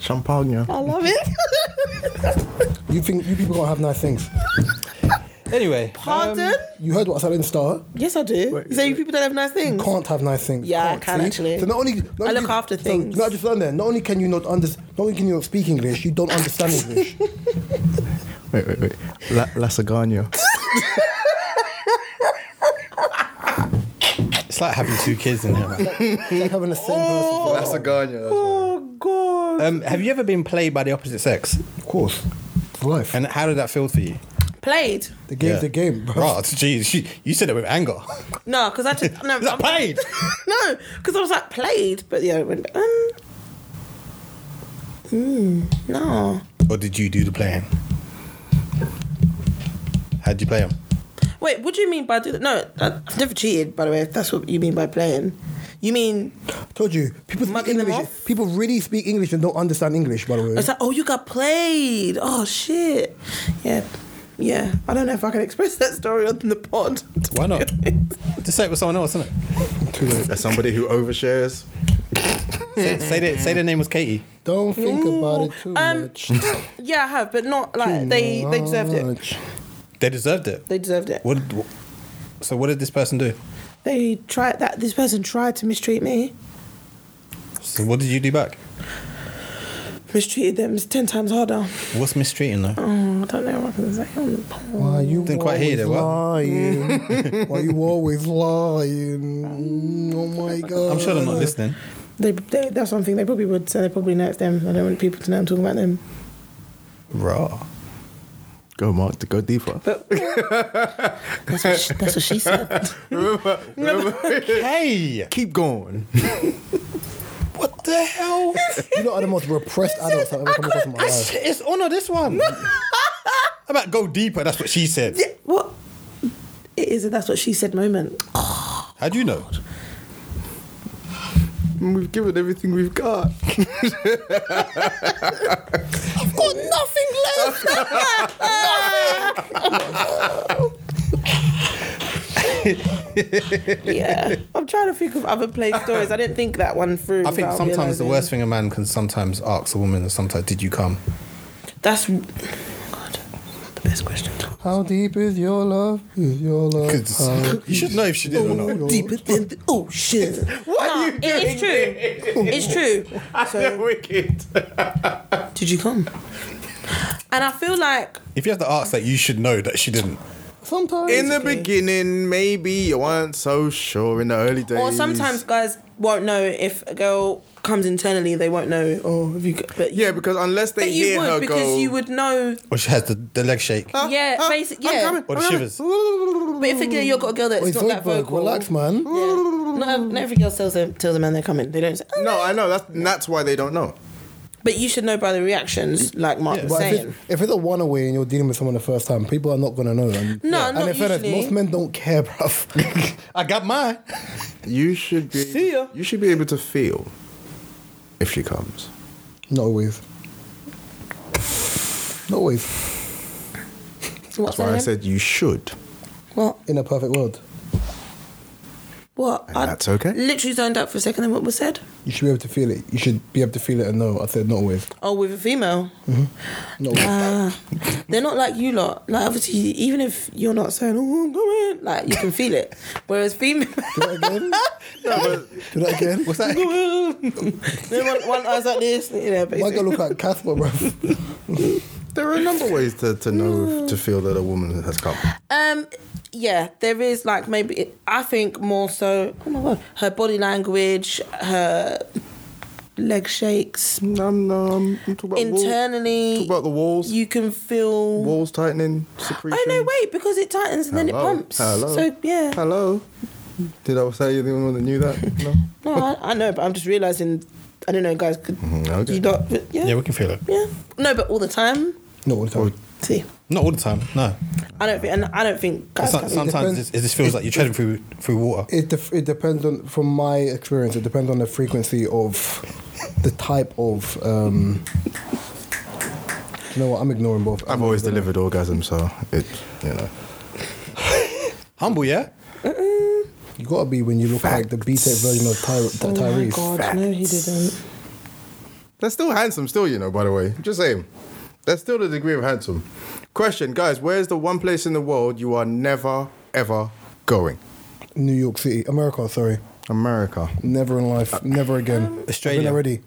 B: champagne.
D: I love it.
A: You think you people can't have nice things?
C: Anyway.
D: Pardon?
B: Um,
A: You heard what I said in the start.
D: yes, I do. you say you people don't have nice things.
A: Can't have nice things.
D: Yeah, I
A: Can't,
D: can
A: see?
D: actually.
A: So not only not
D: I
A: only
D: look
A: you-
D: after
A: so
D: things.
A: Not just learn there. Not only can you not under, not only can you not speak English, you don't understand English.
B: Wait, wait, wait. La, lasagna.
C: It's like having two kids in here.
A: It's like having the same person.
B: lasagna.
D: Oh god.
C: Um, have you ever been played by the opposite sex?
A: Of course, it's life.
D: Oh!
C: And how did that feel for you?
D: Played?
A: the game's
C: Yeah.
A: the game, bro.
C: Right, jeez, you- you said it with anger.
D: No, because I just no.
C: Like,
D: I'm-
C: played.
D: No, because I was like played, but yeah, it went, um. Mm, no.
C: Or did you do the playing? How'd you play him?
D: Wait, what do you mean by do that? No, I- I've never cheated. By the way, if that's what you mean by playing, you mean
A: Told you, people speak
D: Mugging them
A: English.
D: off?
A: People really speak English and don't understand English. By the way,
D: It's like, oh, you got played. Oh shit. Yeah, yeah. I don't know if I can express that story on the pod.
C: Why not? Just say it with someone else, isn't it?
A: too late.
B: As somebody who overshares.
C: Say, say, their, say their name was Katie.
A: Don't think about it too
D: Um,
A: much.
D: yeah, I have, but not like they. They deserved it.
A: Much.
C: They deserved it.
D: They deserved it.
C: What? So what did this person do?
D: They tried that. This person tried to mistreat me.
C: So what did you do back?
D: Mistreated them ten times harder.
C: What's mistreating though?
D: Oh, I don't know what I can say on the pod.
A: Why you
C: Didn't quite hear
A: always
C: that, what?
A: lying? Why you always lying? Mm, Oh my god!
C: I'm sure they're not listening.
D: They, they, that's one thing they probably would say. They probably know it's them. I don't want people to know I'm talking about them.
C: Raw.
B: Go, Mark, to go deeper.
D: But that's, what she, that's what she said.
B: Remember,
C: Hey,
B: keep going.
C: what the hell?
A: You know, are the most repressed adults I've ever come across in my
C: That's-
A: life.
C: it's honor this one. I'm about go deeper. That's what she said.
D: Yeah, what? It is a that's what she said moment.
C: How do you know?
B: We've given everything we've got.
D: I've got nothing left. yeah, I'm trying to think of other play stories. I didn't think that one through.
C: I think
D: without
C: sometimes the
D: realising.
C: worst thing a man can sometimes ask a woman is sometimes, did you come?
D: That's God, the best question.
A: How deep is your love? Is your love?
C: 'Cause
A: Uh,
C: you should know if she did or not.
A: deeper than the
D: oh,
A: ocean.
D: What are you doing? It's true. It's true. So,
B: Wicked.
D: did you come? And I feel like
C: If you have to ask that, you should know that she didn't.
A: Sometimes
B: In the
D: Okay.
B: beginning, maybe you weren't so sure in the early days.
D: Or sometimes guys won't know if a girl comes internally, they won't know. Oh, have you? Got, but
B: Yeah, because unless they
D: but
B: hear
D: you
B: her
D: would because
B: go, "Ah,
D: you would know.
C: Or she has the, the leg shake.
D: yeah, basic- yeah.
C: Or the shivers.
D: But if a girl you've got a girl that's
A: Wait,
D: not that
A: Zoidberg,
D: vocal,
A: relax, man.
D: Yeah. Not, ev- not every girl tells them tells a man they're coming. They don't. Say, "Oh."
B: No, I know. That's and that's why they don't know.
D: But you should know by the reactions, like Mark was
A: But if
D: saying.
A: it's, if it's a one away and you're dealing with someone the first time, people are not gonna know. And,
D: No,
A: and
D: not
A: in fairness,
D: usually.
A: most men don't care, bruv.
C: I got mine.
B: You should be.
D: See ya.
B: You should be able to feel if she comes.
A: not always. Not always.
D: What's
B: That's why I
D: that?
B: said you should.
D: what?
A: In a perfect world,
D: What?
B: And that's okay.
D: Literally zoned out for a second. And what was said?
A: you should be able to feel it. You should be able to feel it and know. I said not always.
D: Oh, with a female.
A: Not always.
D: Ah. They're not like you lot. Like obviously, even if you're not saying, "Oh, I'm coming," like you can feel it. Whereas female,
A: Do that again. Do that again. What's that?
D: Then one, one eye's like this, you know.
A: Why
D: Basically.
A: gotta look like Casper, bruv?
B: There are a number of ways to, to know
D: Mm.
B: if, to feel that a woman has come.
D: Um, yeah, there is like maybe I think more so. Oh my god, her body language, her leg shakes
B: Um, no, I'm, I'm talking about Wall,
D: internally.
B: talk about the walls.
D: You can feel.
B: walls tightening. Secretion.
D: oh no, wait! Because it tightens and then it
B: Hello?
D: pumps.
B: Hello.
D: So yeah.
B: Hello. Did I say you're the only one that knew that? No.
D: No, I, I know, but I'm just realizing. I don't know, guys. Could
B: okay.
D: you not? Yeah.
C: Yeah,
D: Yeah,
C: we can feel it.
D: No, but all the time.
A: Not all the time.
D: See,
C: Not all the time, no.
D: I don't think, and I don't think guys.
C: Some-
D: can-
C: sometimes
A: depends.
C: it, it just feels like you're treading through through water.
A: It, def- it depends on, from my experience, it depends on the frequency of the type of. Um, you know what? I'm ignoring both. Um,
B: I've always delivered orgasm, so it, you know.
C: Humble, yeah?
A: You gotta be when you look like the B Tech version of Ty-
D: Oh
A: Ty-
D: my
A: Tyrese.
D: god! No, he didn't.
B: That's still handsome, still, you know, by the way. Just saying. That's still the degree of handsome. Question, guys, where's the one place in the world you are never, ever going?
A: New York City, America. Sorry,
B: America.
A: never in
B: Uh,
A: life, never again.
B: um,
A: I've
C: Australia.
A: been already.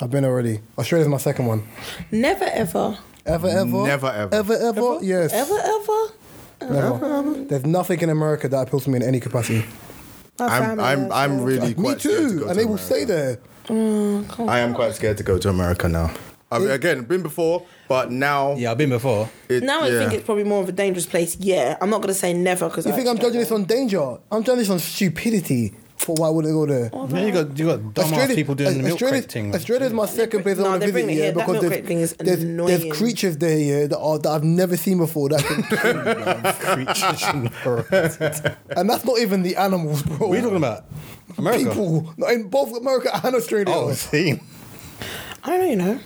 A: I've been already. Australia's my second one.
D: Never ever.
A: Ever, ever,
B: Never, ever.
A: ever, ever. Yes,
D: Ever ever.
A: never. There's nothing in America that appeals to me in any capacity.
D: My
B: I'm,
D: family
B: I'm,
D: has
B: I'm
D: it.
B: really
A: me
B: quite scared to
A: too,
B: go
A: and
B: to
A: they will
B: America.
A: stay there.
B: I am quite scared to go to America now. I mean, again, been before, but now.
C: Yeah, I've been before.
B: It,
D: Now I
B: yeah.
D: think it's probably more of a dangerous place. Yeah, I'm not gonna say never because
A: You think I'm judging this on danger? I'm judging this on stupidity. For why would I go there?
C: Yeah, you got you got dumbass people doing the milk crate thing. man.
A: Australia is my second place I
D: No,
A: want
D: they
A: to visit
D: bring it
A: yeah,
D: here. That
A: because
D: milk
A: there's,
D: crate thing is
A: there's, there's
D: annoying.
A: creatures there yeah, that are that I've never seen before. That can,
C: Creatures in the-
A: and that's not even the animals, bro.
C: what are you talking about? America.
A: People not in both America and Australia.
C: Oh, seen.
D: I don't know, you know.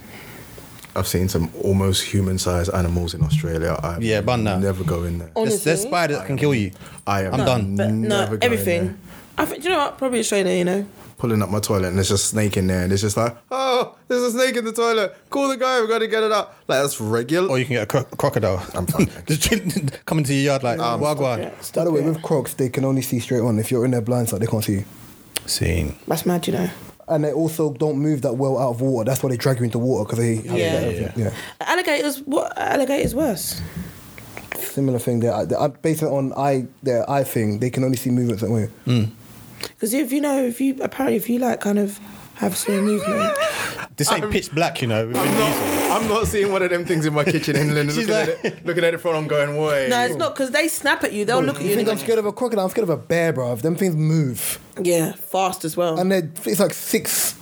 B: I've seen some almost human sized animals in Australia. I
C: Yeah, but no.
B: Never go in there.
C: There's, there's
D: Honestly.
C: spiders that can kill you.
B: I am
C: I'm done.
D: Oh, But
B: never
D: no,
B: going
D: everything.
B: there.
D: I think do you know what? Probably Australia, you know.
B: Pulling up my toilet and there's just a snake in there, and it's just like, oh, there's a snake in the toilet. Call the guy, we gotta get it out. Like, that's regular.
C: Or Oh, you can get a cro- crocodile.
B: I'm fine, thanks.
C: Just come into your yard like wagwan.
D: Yeah,
A: By
D: stop
A: the way,
D: it.
A: with Crocs, they can only see straight on. If you're in their blind side, they can't see you.
C: Seen.
D: That's mad, you know.
A: And they also don't move that well out of water. That's why they drag you into water because they have
D: Yeah.
A: that-
C: Yeah.
A: yeah.
D: Alligators. What alligators worse?
A: Similar thing there. I- I- Based on eye their eye thing, they can only see movements that way.
D: Because if you know, if you apparently if you like kind of have slow movement,
C: This ain't pitch black, you know.
B: I'm not, I'm not seeing one of them things in my kitchen inland
C: She's
B: looking,
C: like-
B: at it, looking at it from I'm going, way.
D: no, it's not because they snap at you. They'll look at
A: You
D: you. And
A: think
D: go,
A: I'm scared of a crocodile? I'm scared of a bear, bro. If them things move,
D: yeah, fast as well.
A: and they're it's like six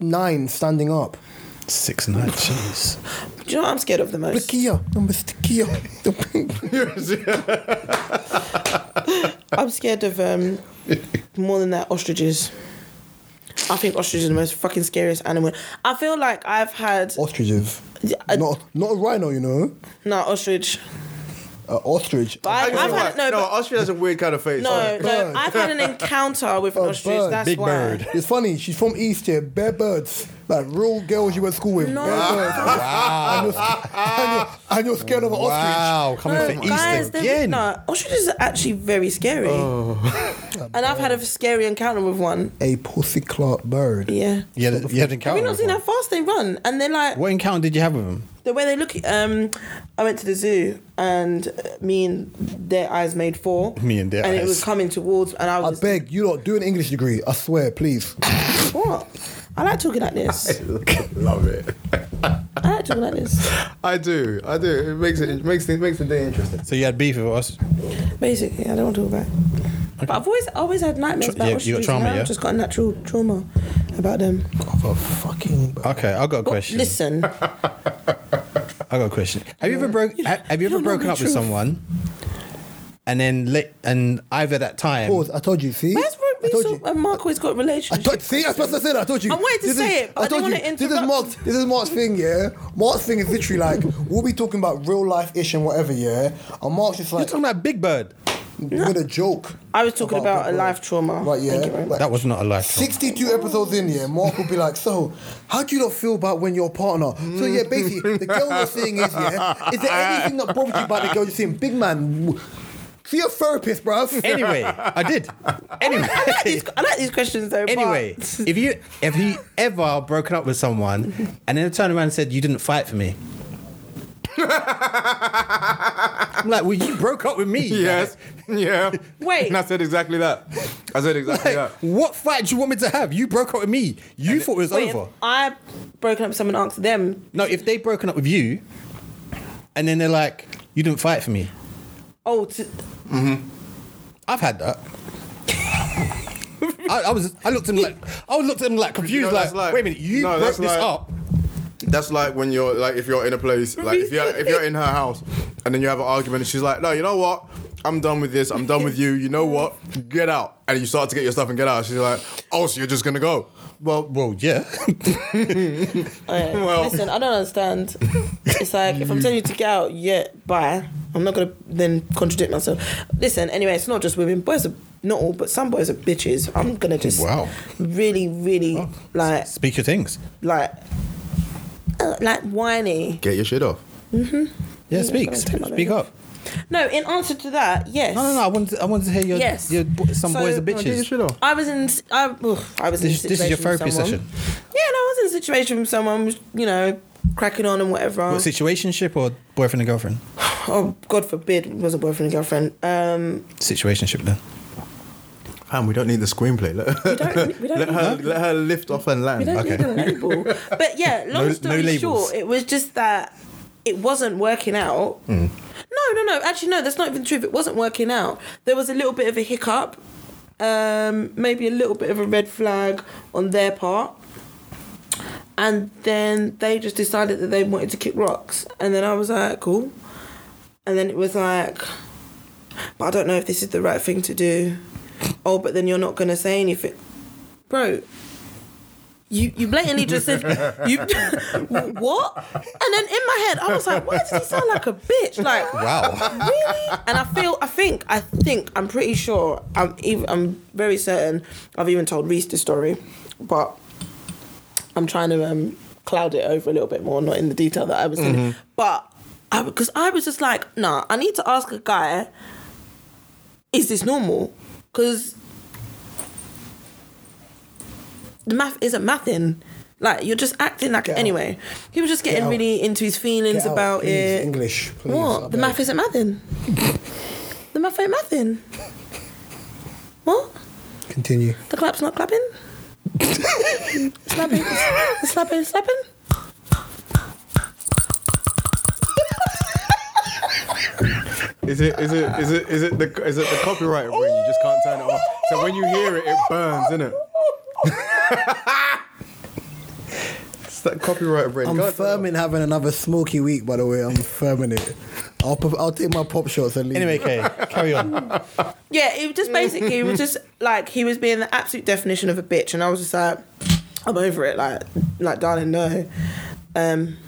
A: nine standing up.
C: Six nine. Jeez.
D: Do you know what I'm scared of the most?
A: Kia, number Kia.
D: I'm scared of um, more than that ostriches. I think ostriches are the most fucking scariest animal. I feel like I've had
A: Ostriches.
D: Yeah, I-
A: not, not a rhino, you know.
D: no ostrich.
A: A ostrich.
D: But I,
B: I
D: I've
B: can see why.
D: had no,
B: no,
D: but-
B: Austria has a weird kind of face.
D: no,
B: Sorry.
D: no.
A: bird.
D: I've had an encounter with an
A: A
D: ostrich.
A: bird.
D: That's
C: Big
D: why.
C: bird.
A: It's funny, she's from East here, bare birds. Like real girls you went to school with.
D: No.
A: Bare birds.
C: Wow.
A: And, you're, and, you're, and you're scared of an ostrich.
C: Wow, coming
D: No,
C: for
D: guys,
C: East
D: they're-
C: again. Oh.
D: No, ostriches are actually very scary. and I've had a scary encounter with one.
A: A pussy clark bird.
D: Yeah.
C: You had, you had an
D: Have
C: encounter.
D: you not
C: with
D: seen
C: one?
D: how fast they run? And they're like
C: Oh What encounter did you have with him?
D: the way they look. Um, I went to the zoo and uh, me and their eyes made four.
C: Me and their
D: And it
C: eyes.
D: was coming towards, and I
A: I
D: was
A: beg you lot, do an English degree. I swear, please.
D: what? I like talking like this.
B: Love it.
D: I like talking like this.
B: I do. I do. It makes it, it makes it makes the day interesting.
C: So you had beef with us.
D: Basically, I don't want to talk about. It. But I've always always had
C: Tra-
D: nightmares about
C: yeah, you got
D: ostriches. and
C: trauma,
D: I've
C: yeah?
D: just got a natural trauma about them.
A: Of fucking.
C: Okay, I got a
D: What-
C: question.
D: Listen,
C: I got a question. Have you ever broke? ha- Have you
D: you
C: ever
D: don't know
C: broken
D: the
C: up with
D: truth.
C: someone? And then let and either that time.
A: Pause. I told you. See.
D: where's
A: I
D: Ruby
A: told
D: so,
A: you.
D: and Marco has got
A: I
D: relationships?
A: told, see, I was supposed to say that. I told you.
D: I wanted to
A: This
D: say
A: is-
D: it, but I didn't
A: told
D: wanna
A: you. This is
D: interrupt.
A: Mark's. This is Mark's thing, yeah. Mark's thing is literally like we'll be talking about real life ish and whatever, yeah. And Mark's just
C: You're
A: like
C: talking about Big Bird.
A: with a joke.
D: I was talking about, a
A: Big Bird.
D: life trauma.
A: Right, yeah.
D: Thank you very much.
A: Like,
C: That was not a life. trauma.
A: 62 episodes in, yeah, Mark will be like, So, how do you not feel about when your partner? So, yeah, basically, the girl you're seeing is, yeah, is there anything that bothers you about the girl you're seeing? Big man, w- see a therapist, bruv.
C: Anyway, I did. Anyway.
D: I like these, I like these questions though. but-
C: Anyway, if you if he ever broken up with someone and then turned around and said you didn't fight for me, I'm like, well, you broke up with me.
B: Yes. Yeah.
D: Wait.
B: And I said exactly that. I said exactly
C: Like,
B: that.
C: what fight do you want me to have? You broke up with me. You thought it was
D: Wait,
C: over.
D: if I broken up with someone asked them,
C: No, if they broken up with you, and then they're like, you didn't fight for me.
D: oh, to,
C: I've had that. I, I was. I looked at him like. I looked at him like confused.
B: know,
C: like,
B: that's like-
C: wait a minute. You
B: no,
C: broke
B: that's
C: this
B: like-
C: up.
B: That's like when you're like if you're in a place like if you're if you're in her house and then you have an argument and she's like, no, you know what? I'm done with this. I'm done with you. You know what? Get out. And you start to get your stuff and get out. She's like, oh, so you're just gonna go?
C: Well, well, yeah.
D: Okay,
B: Well-
D: listen, I don't understand. It's like if I'm telling you to get out, yeah, bye. I'm not gonna then contradict myself. Listen, anyway, it's not just women. Boys are not all, but some boys are bitches. I'm gonna just
C: Wow. Oh.
D: really, really like
C: Speak your things.
D: like uh, like whiny.
B: Get your shit off.
C: Yeah,
D: Yeah,
C: speak.
D: I'm gonna take my
C: Speak
D: baby.
C: up.
D: No, in answer to that, yes.
C: No, no, no. I wanted. To, I wanted to hear your.
D: Yes.
C: Your, bo- some
D: So-
C: boys are
D: No,
B: Get your
C: bitches.
B: shit off.
D: I was in. I, ugh, I was
C: This-
D: in. A
C: this is your
D: situation with
C: therapy
D: someone.
C: session?
D: Yeah, no, I was in a situation with someone. You know, cracking on and whatever.
C: What, situationship or boyfriend and girlfriend?
D: oh, God forbid, it was a boyfriend and girlfriend. Um,
C: Situationship then.
B: Fam, we don't need the screenplay. Let,
D: We don't. We don't
B: let
D: need,
B: her let her lift off and
D: we
B: land.
D: don't
C: Okay.
D: need a label. But yeah, long
C: No-
D: story
C: no labels.
D: short, it was just that it wasn't working out.
C: Hmm.
D: No, no, no. Actually, no. That's not even true. If It wasn't working out. There was a little bit of a hiccup. Um, maybe a little bit of a red flag on their part. And then they just decided that they wanted to kick rocks. And then I was like, cool. And then it was like, but I don't know if this is the right thing to do. Oh, but then you're not going to say anything. Bro, you, you blatantly just said, you, what? And then in my head, I was like, why does he sound like a bitch? Like,
C: Wow.
D: really? And I feel, I think, I think, I'm pretty sure, I'm even, I'm very certain, I've even told Reese the story, but I'm trying to um, cloud it over a little bit more, not in the detail that I was in.
A: Mm-hmm.
D: But I, because I was just like, nah, I need to ask a guy, is this normal? Because the math isn't mathing. Like you're just acting like
A: Get out.
D: anyway. He was just getting
A: out.
D: really into his feelings
A: Get out,
D: about
A: please,
D: it.
A: English, please. I
D: What? The
A: beg.
D: math isn't mathing. the math ain't mathing. What?
A: Continue.
D: The clap's not clapping? slapping. The slapping, slapping?
B: Is it is it is it is it the is it the copyright ring? You just can't turn it off. So when you hear it, it burns, innit? It's that copyright brain.
A: I'm
B: God,
A: firm in having another smoky week, by the way. I'm firm in it. I'll, pop- I'll take my pop shots and leave.
C: Anyway, Kay, carry on.
D: Yeah, it was just basically it was just like he was being the absolute definition of a bitch, and I was just like, I'm over it, like, like darling, no. Um,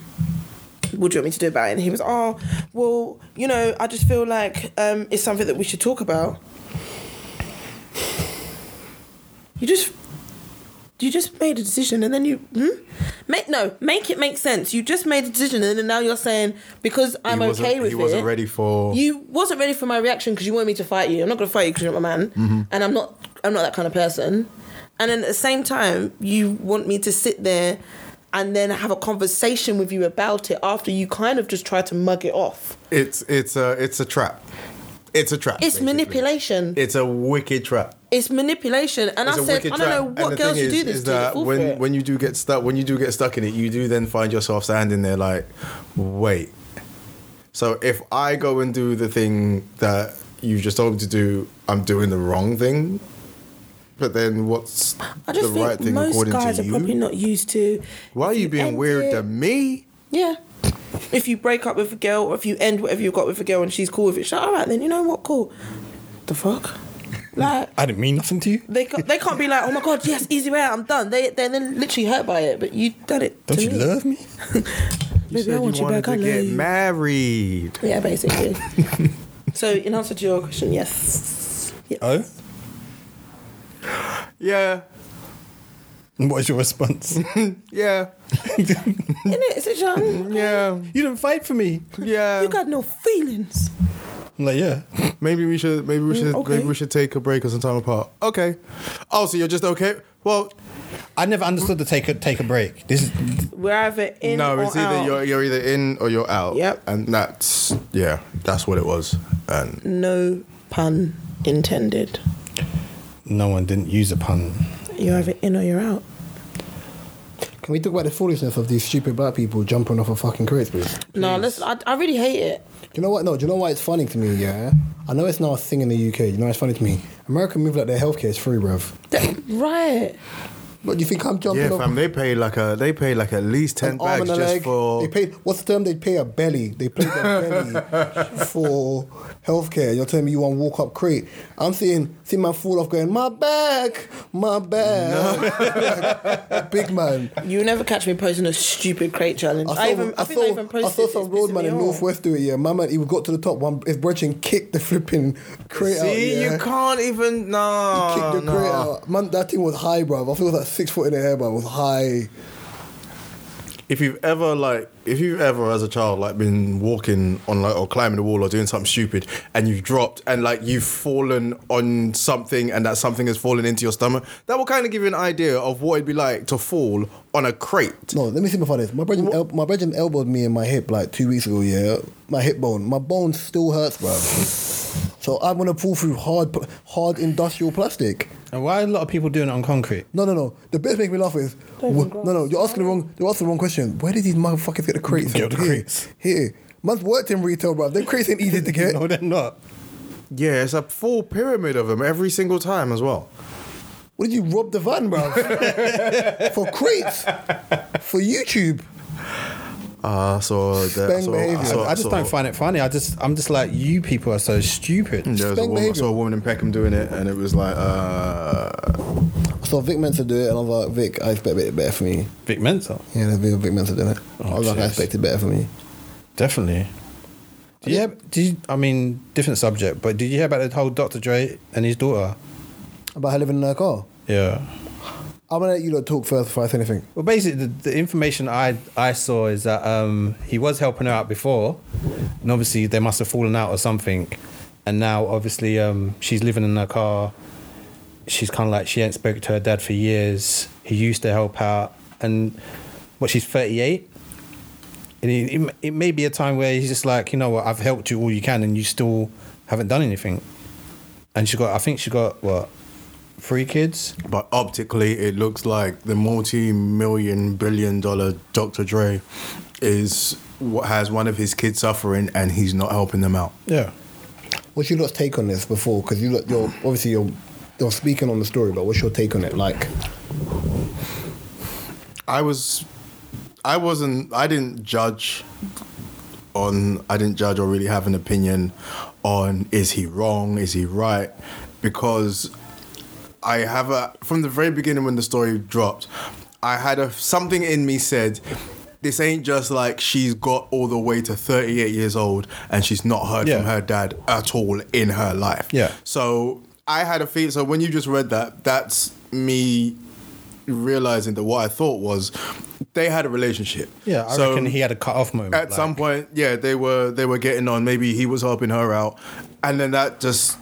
D: what do you want me to do about it? And he was, oh, well, you know, I just feel like um, it's something that we should talk about. You just, you just made a decision, and then you, hmm? make no, make it make sense. You just made a decision, and then now you're saying because I'm
B: he wasn't-
D: okay with
B: He
D: it.
B: wasn't ready for.
D: You wasn't ready for my reaction because you wanted me to fight you. I'm not gonna fight you because you're not my man,
B: Mm-hmm.
D: and I'm not. I'm not that kind of person. And then at the same time, you want me to sit there and then have a conversation with you about it after you kind of just try to mug it off.
B: It's it's a it's a trap. It's a trap.
D: It's
B: basically.
D: manipulation.
B: It's a wicked trap.
D: It's manipulation. And
B: It's a
D: I said,
B: wicked
D: I
B: trap.
D: don't know
B: And
D: what
B: the
D: girls
B: thing
D: you do
B: is-
D: this
B: is
D: to.
B: that
D: That fall
B: when
D: for it.
B: when you do get stuck, when you do get stuck in it, you do then find yourself standing there like, wait. So if I go and do the thing that you just told me to do, I'm doing the wrong thing. But then what's
D: I just
B: the
D: think
B: right thing
D: most
B: according
D: guys
B: to
D: are
B: you?
D: probably not used to.
B: Why are
D: if
B: you being
D: end
B: weird
D: it-
B: to me?
D: Yeah. If you break up with a girl or if you end whatever you've got with a girl and she's cool with it, she's like, all right, then you know what? Cool. The fuck? Like,
C: I didn't mean nothing to you.
D: they, ca- they can't be like, oh my God, yes, easy way out, I'm done. They, they're then literally hurt by it, but you done it.
C: Don't
D: to
C: you
D: me.
C: love me?
D: Maybe I want you,
B: wanted
D: back, I
B: to
D: love
B: get
D: you.
B: married.
D: Yeah, basically. so, in answer to your question, yes. Yeah.
C: Oh?
B: Yeah,
C: And What is your response?
B: yeah,
D: Isn't it? It's such a-
B: yeah,
C: You didn't fight for me.
B: yeah.
D: You got no feelings.
C: I'm like, yeah.
B: Maybe we should. Maybe
A: Mm,
B: we should.
D: okay.
B: Maybe we should take a break or some time apart. Okay. Oh, so you're just okay? Well,
C: I never understood the take a take a break. This is
D: We're either in
B: no.
D: or
B: It's either
D: out.
B: you're you're either in or you're out.
D: Yep.
B: And that's yeah. That's what it was. And
D: No pun intended.
C: no one didn't use a pun.
D: You're either in or you're out.
A: Can we talk about the foolishness of these stupid black people jumping off a fucking crate, please?
D: No, listen, I, I really hate it.
A: Do you know what? No, do you know why it's funny to me? Yeah, I know it's not a thing in the UK. You know why it's funny to me? America move like their healthcare is free, bruv.
D: That- right.
A: But you think I'm jumping
B: yeah,
A: off
B: fam. They pay like a. They pay like at least ten
A: an arm
B: bags
A: and a
B: just
A: leg?
B: for.
A: They pay what's the term? They pay a belly. They pay their belly for healthcare. You're telling me you want walk up crate? I'm seeing see my fall off going my back, my back, big man.
D: You'll never catch me posting a stupid crate challenge. I,
A: I saw,
D: even, I,
A: I
D: think I
A: saw- I
D: even posted
A: saw
D: it,
A: some
D: it's
A: road man
D: pissing me
A: in
D: off.
A: Northwest do it, yeah. My man, he got to the top, one his brethren kicked the flipping crate out.
B: See,
A: yeah.
B: you can't even. No.
A: Kicked the crate
B: no.
A: out. Man, that thing was high, bruv. I think it was like six foot in the air, bruv. It was high.
B: If you've ever like, if you've ever as a child like been walking on like or climbing a wall or doing something stupid and you've dropped and like you've fallen on something and that something has fallen into your stomach, that will kind of give you an idea of what it'd be like to fall on a crate.
A: No, let me simplify this. My brethren, el- my brethren elbowed me in my hip like two weeks ago, yeah. My hip bone. My bone still hurts, bruv. So I'm gonna pull through hard, pl- hard industrial plastic.
C: And why are a lot of people doing it on concrete?
A: No, no, no. The best make me laugh is, wh- no, no. You're asking the wrong. You're asking the wrong question. Where did these motherfuckers get the crates?
C: Get the
A: Here,
C: crates.
A: Here, man's worked in retail, bruv. Them crates ain't easy to get.
C: No, they're not.
B: Yeah, it's a full pyramid of them every single time as well.
A: What did you rob the van, bruv? For crates, for YouTube.
B: Ah, so the,
A: Spang
B: I saw,
A: behaviour.
B: I, saw,
C: I, I just
B: saw-
C: don't find it funny. I just I'm just like you people are so stupid.
B: There was a
A: Spang
B: woman, I
A: behaviour.
B: saw a woman in Peckham doing it, and it was like, uh,
A: So Vic meant to do it, and I was like, Vic, I expect it better for me.
C: Big mental.
A: Yeah, there's been a big man to do it.
B: Oh,
A: I was like, I
C: cheers.
A: expected better for me.
C: Definitely. Did you hear, did you, I mean, different subject, but did you hear about the whole Dr. Dre and his daughter?
A: About her living in her car.
C: Yeah.
A: I'm gonna let you lot talk first before I say anything.
C: Well, basically, the, the information I I saw is that um, he was helping her out before, and obviously they must have fallen out or something, and now obviously um, she's living in her car. She's kind of like she ain't spoke to her dad for years. He used to help out, and what she's thirty eight, and it, it, m- it may be a time where he's just like, you know what, I've helped you all you can, and you still haven't done anything. And she got, I think she got what, three kids.
B: But optically, it looks like the multi-million billion dollar Dr. Dre is what has one of his kids suffering, and he's not helping them out.
C: Yeah.
A: What's your lot's take on this before? Because you lot, you're obviously you're you're speaking on the story, but what's your take on it? Like,
B: I was I wasn't. I didn't judge on. I didn't judge or really have an opinion on is he wrong? Is he right? Because I have a from the very beginning when the story dropped, I had a something in me said. This ain't just like she's got all the way to 38 years old and she's not heard
C: Yeah.
B: from her dad at all in her life.
C: Yeah.
B: So I had a feel. So when you just read that, that's me realizing that what I thought was they had a relationship.
C: Yeah, I
B: so
C: reckon he had a cut off moment.
B: at
C: like-
B: some point, yeah, they were they were getting on. Maybe he was helping her out, and then that just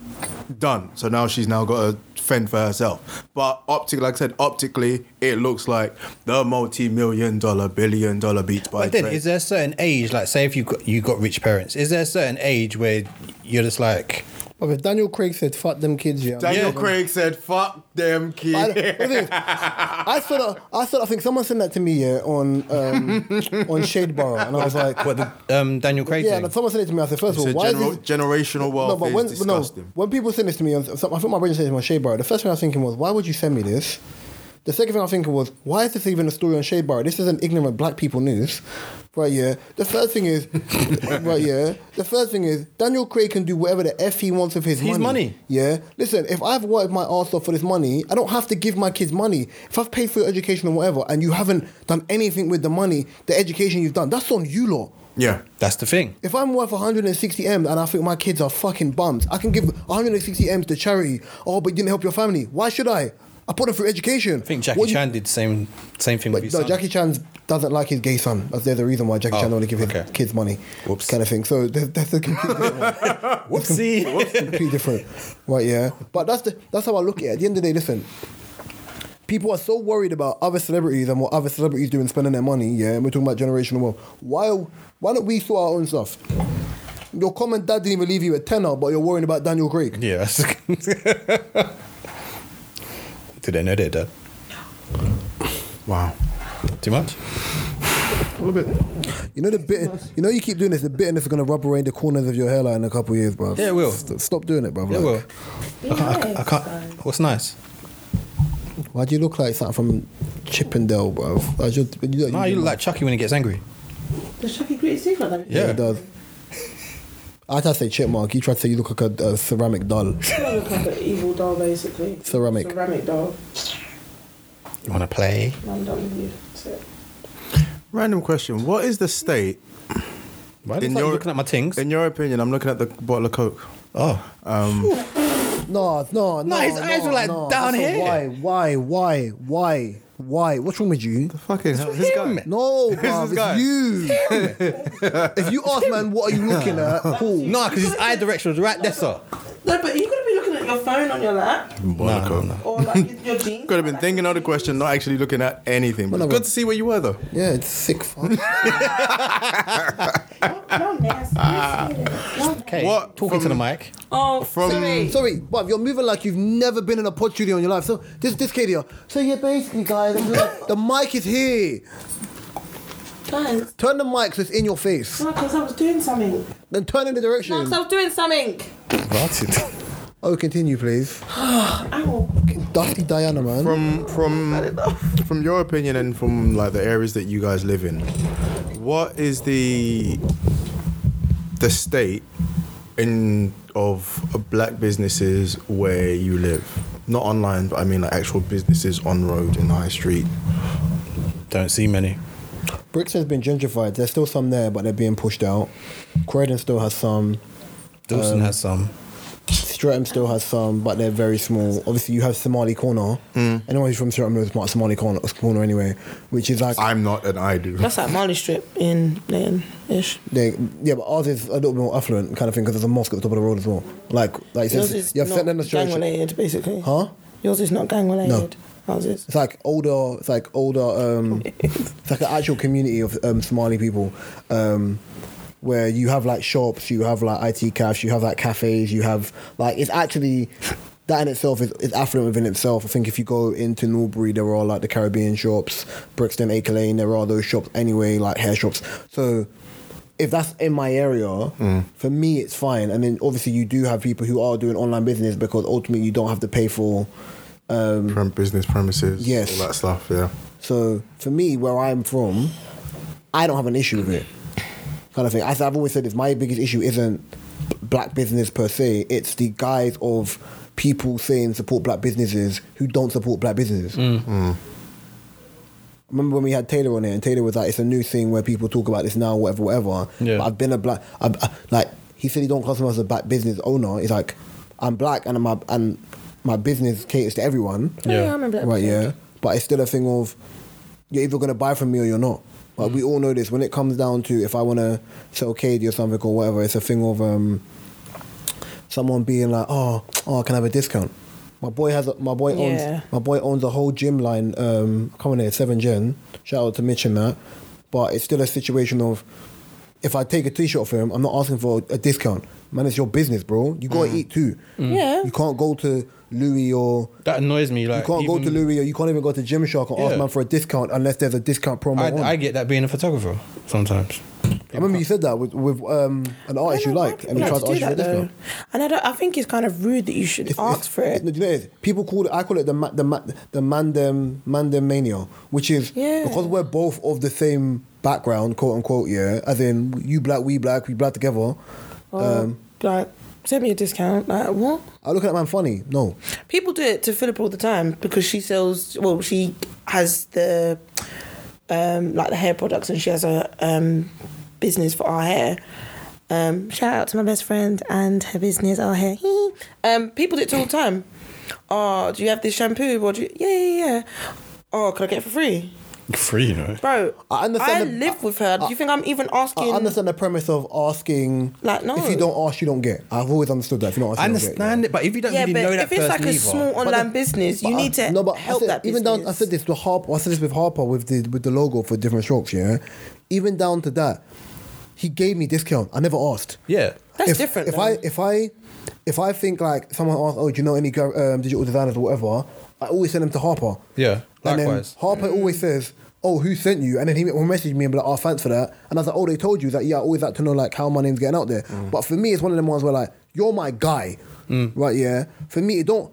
B: done. So now she's now got to fend for herself. But optically, like I said, optically, it looks like the multi-million dollar, billion dollar beats by
C: But then,
B: Drake.
C: is there a certain age? Like, say, if you got, you got rich parents, is there a certain age where you're just like,
A: Well, if Daniel Craig said "fuck them kids," yeah.
B: Daniel
C: Yeah.
B: Craig said, "Fuck them
A: I,
B: kids."
A: the thing is, I saw that. I saw. I think someone sent that to me yeah, on um, on Shadeborough, and I was like,
C: what the um, Daniel Craig?
A: Yeah,
C: thing?
A: and someone said it to me. I said, first of all,
B: It's a
A: why is
B: gener-
A: this,
B: generational wealth is
A: when,
B: disgusting.
A: when people send this to me, on, some- I think my brother sent it to me on Shade Bar. The first thing I was thinking was, why would you send me this? The second thing I was thinking was, why is this even a story on Shade Bar? This is an ignorant black people news. Right, yeah. The third thing is, right, yeah. The third thing is, Daniel Craig can do whatever the F he wants with his
C: His
A: money.
C: money.
A: Yeah. Listen, if I've worked my arse off for this money, I don't have to give my kids money. If I've paid for your education or whatever, and you haven't done anything with the money, the education you've done, that's on you lot.
B: yeah.
C: That's the thing.
A: If I'm worth 160 M and I think my kids are fucking bums, I can give 160 M's to charity. Oh, but you didn't help your family. Why should I? I put them through education.
C: I think Jackie
A: What you-
C: Chan did the same same thing
A: But
C: with his
A: no,
C: son.
A: Jackie Chan doesn't like his gay son. That's the other reason why Jackie
C: Oh,
A: Chan don't want to give his
C: okay.
A: kids money.
C: Whoops.
A: Kind of thing. So that's, that's a complete
C: Whoopsie.
A: completely different. Right, yeah. But that's the that's how I look at it. At the end of the day, listen. People are so worried about other celebrities and what other celebrities do in spending their money, yeah, and we're talking about generational wealth. Why why don't we sort our own stuff? Your common dad didn't even leave you a tenner, but you're worrying about Daniel Craig.
C: yeah. That's did they know their dad?
B: Wow.
C: Too much?
B: A little bit.
A: You know the bit you know you keep doing this, the bitterness is gonna rub away the corners of your hairline in a couple of years, bro.
C: Yeah, it will.
A: Stop, stop doing it, bro.
C: Yeah, well,
E: Be
C: I can't, I
E: nice,
C: can't.
E: guys.
C: What's nice?
A: Why do you look like something from Chippendale, bro? Like, you you,
C: No, you look like Chucky when he gets angry.
E: Does Chucky Great Secret? Like,
A: Yeah,
C: Yeah.
A: it does. I tried to say chipmunk. You tried to say you look like a, a ceramic doll.
E: I look like an evil doll, basically.
A: Ceramic.
E: Ceramic doll.
C: You want to play?
E: I'm done with you. That's it.
B: Random question: What is the state
C: Why
B: In
C: in your,
B: your-
C: looking at my things?
B: In your opinion, I'm looking at the bottle of Coke.
C: oh,
A: No, no, no.
C: No, his eyes were, like,
A: no.
C: down
A: That's a
C: here.
A: Why, why, why, why, why? What's wrong with you?
B: Fucking hell, this
C: him.
B: guy.
A: No, bruv,
B: this
A: it's
B: guy.
A: you. if you ask, man, what are you looking at? Cool.
C: no, because his eye direction was right there, sir.
E: No, but you could be looking at your phone on your lap
C: No, no, no.
E: or like your jeans.
B: Could have been thinking of the question, not actually looking at anything. But
A: no,
B: it's good
A: but-
B: to see where you were though.
A: Yeah, it's sick. Fuck.
E: No, nasty.
C: Okay,
B: What
C: talking to the
B: from-
C: mic.
E: Oh,
B: From-
E: sorry.
A: Sorry, but you're moving like you've never been in a pod studio in your life. So this, this kid here. So yeah, basically, guys, I'm doing- the mic is here.
E: Guys,
A: Turn the mic so it's in your face.
E: because I was doing something.
A: Then turn in the
E: No,
A: direction.
E: because I was doing something.
A: Oh, continue, please.
D: Oh,
E: Ow.
A: Dusty Diana, man.
B: From from from your opinion and from like the areas that you guys live in, what is the the state in of black businesses where you live? Not online, but I mean like actual businesses on road in the high street.
C: Don't see many.
A: Brixton's been gentrified. There's still some there, but they're being pushed out. Croydon still has some.
C: Dawson has some.
A: Streatham still has some, but they're very small. Obviously, you have Somali Corner. Anyone who's from Streatham knows about Somali Corner, Corner anyway, which is like
B: I'm not, and I do.
D: That's like Marley Strip in Leighton ish.
A: they, yeah, but ours is a little bit more affluent kind of thing because there's a mosque at the top of the road as well. Like, like
D: Yours
A: since,
D: is
A: you have
D: not
A: St Leonard's
D: gang
A: Church.
D: related, basically.
A: Huh?
D: Yours is not gang related. Ours is.
A: It's like older. It's like older. Um, it's like an actual community of um, Somali people, um, where you have like shops, you have like IT cafes, you have like cafes, you have like it's actually that in itself is, is affluent within itself. I think if you go into Norbury, there are like the Caribbean shops, Brixton, Acre Lane, there are those shops anyway, like hair shops. So if that's in my area, for me it's fine. And then obviously you do have people who are doing online business because ultimately you don't have to pay for.
B: Prem- business premises,
A: Yes.
B: all that stuff. Yeah.
A: So for me, where I'm from, I don't have an issue with it. Kind of thing. As I've always said, is my biggest issue isn't b- black business per se. It's the guise of people saying support black businesses who don't support black businesses. Remember when we had Taylor on here, and Taylor was like, "It's a new thing where people talk about this now, whatever, whatever."
C: Yeah.
A: But I've been a black, I, I- like he said, he don't class himself as a black business owner. He's like, "I'm black, and my and my business caters to everyone."
D: Oh,
C: Yeah.
D: I remember that.
A: Right, yeah. But it's still a thing of you're either going to buy from me or you're not. But we all know this. When it comes down to if I want to sell KD or something or whatever, it's a thing of um, someone being like, oh, oh, can I have a discount? My boy has a, my boy owns
D: Yeah.
A: my boy owns a whole gym line. Um, come on here, Seven Gen. Shout out to Mitch and that. But it's still a situation of if I take a T-shirt off him, I'm not asking for a discount. Man, it's your business, bro. You gotta eat too.
D: Yeah.
A: You can't go to Louis or
C: That annoys me. Like
A: you can't
C: even-
A: go to Louis or you can't even go to Gymshark and ask
C: Yeah.
A: man for a discount unless there's a discount promo. on.
C: I,
A: I,
C: I get that being a photographer sometimes.
A: remember you said that with, with um, an artist you liked and he tried to ask you for a
D: though.
A: discount.
D: And I, don't, I think it's kind of rude that you should
A: It's-
D: ask
A: it's-
D: for it.
A: no, do you know what it is? People call it. I call it the ma- the ma- the mandem mandem mania, which is
D: Yeah.
A: because we're both of the same background, quote unquote. Yeah, as in you black, we black, we black together.
D: Or,
A: um,
D: like, send me a discount. Like, what?
A: I look at that man funny. No,
D: People do it to Philippa all the time because she sells. Well, she has the um, like the hair products, and she has a um, business for our hair. Um, shout out to my best friend and her business, our hair. um, people do it all the time. Oh, do you have this shampoo? Or do you, yeah, yeah, yeah. Oh, could I get it for free,
C: Free, you know.
D: bro?
A: I understand the-
D: live with her. Do you think I'm even
A: I
D: asking?
A: understand the premise of asking.
D: Like, no.
A: if you don't ask, you don't get. I've always understood that. If you don't ask,
C: I
A: you don't get, yeah.
C: understand it, but if you don't
D: yeah,
C: really
D: but
C: know that
D: if it's
C: person
D: like a
C: either,
D: small online business, you
A: But I-
D: need to
A: I
D: help
A: said,
D: that
A: even
D: business.
A: down. I said this with Harper. I said this with Harper with the with the logo for different strokes. Yeah, even down to that, he gave me discount. I never asked.
C: yeah,
D: That's
A: if,
D: different.
A: If
D: though.
A: I if I if I think like someone asks, oh, do you know any gra- um, digital designers or whatever? I always send them to Harper.
C: yeah,
A: And then
C: likewise.
A: Harper always says, "Oh, who sent you?" And then he will message me and be like, "Oh, thanks for that." And I was like, "Oh, they told you that." Yeah, I always like to know like how my name's getting out there.
C: Mm.
A: But for me, it's one of them ones where like you're my guy, right? Yeah. For me, it don't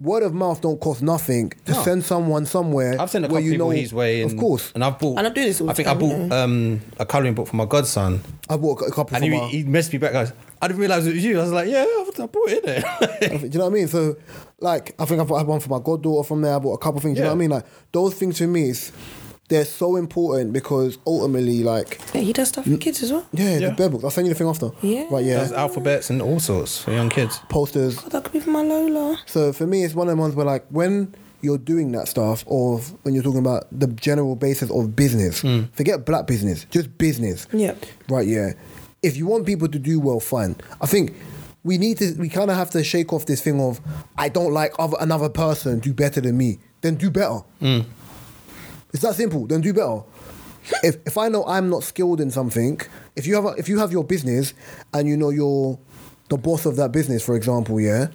A: word of mouth don't cost nothing to
C: No.
A: send someone somewhere
C: I've sent a
A: where
C: couple
A: you
C: people
A: know
C: his way, and,
A: Of course,
C: and I've bought.
D: And I do this all
C: I
D: the
C: think
D: time,
C: I bought um, a colouring book for my godson,
A: I bought a couple.
C: and e-,
A: from
C: he,
A: our-
C: he messaged me back. Guys, I didn't realise it was you. I was like, yeah, I bought it. innit?"
A: Do you know what I mean? So, like, I think I bought I had one for my goddaughter from there. I bought a couple of things. Do you know
C: Yeah.
A: what I mean? Like, those things to me, is, they're so important because ultimately, like,
D: Yeah, he does stuff for kids as well.
A: yeah,
C: Yeah.
A: the bear books. I'll send you the thing after.
D: Yeah.
A: Right,
C: There's
A: yeah.
C: alphabets and all sorts for young kids.
A: Posters.
D: God, that could be for my Lola.
A: So, for me, it's one of the ones where, like, when you're doing that stuff or when you're talking about the general basis of business, forget black business, just business.
D: Yeah.
A: Right, yeah. If you want people to do well, fine. I think we need to we kind of have to shake off this thing of I don't like other another person do better than me. Then do better. It's that simple. Then do better. If if I know I'm not skilled in something, if you have a, if you have your business and you know you're the boss of that business, for example, yeah.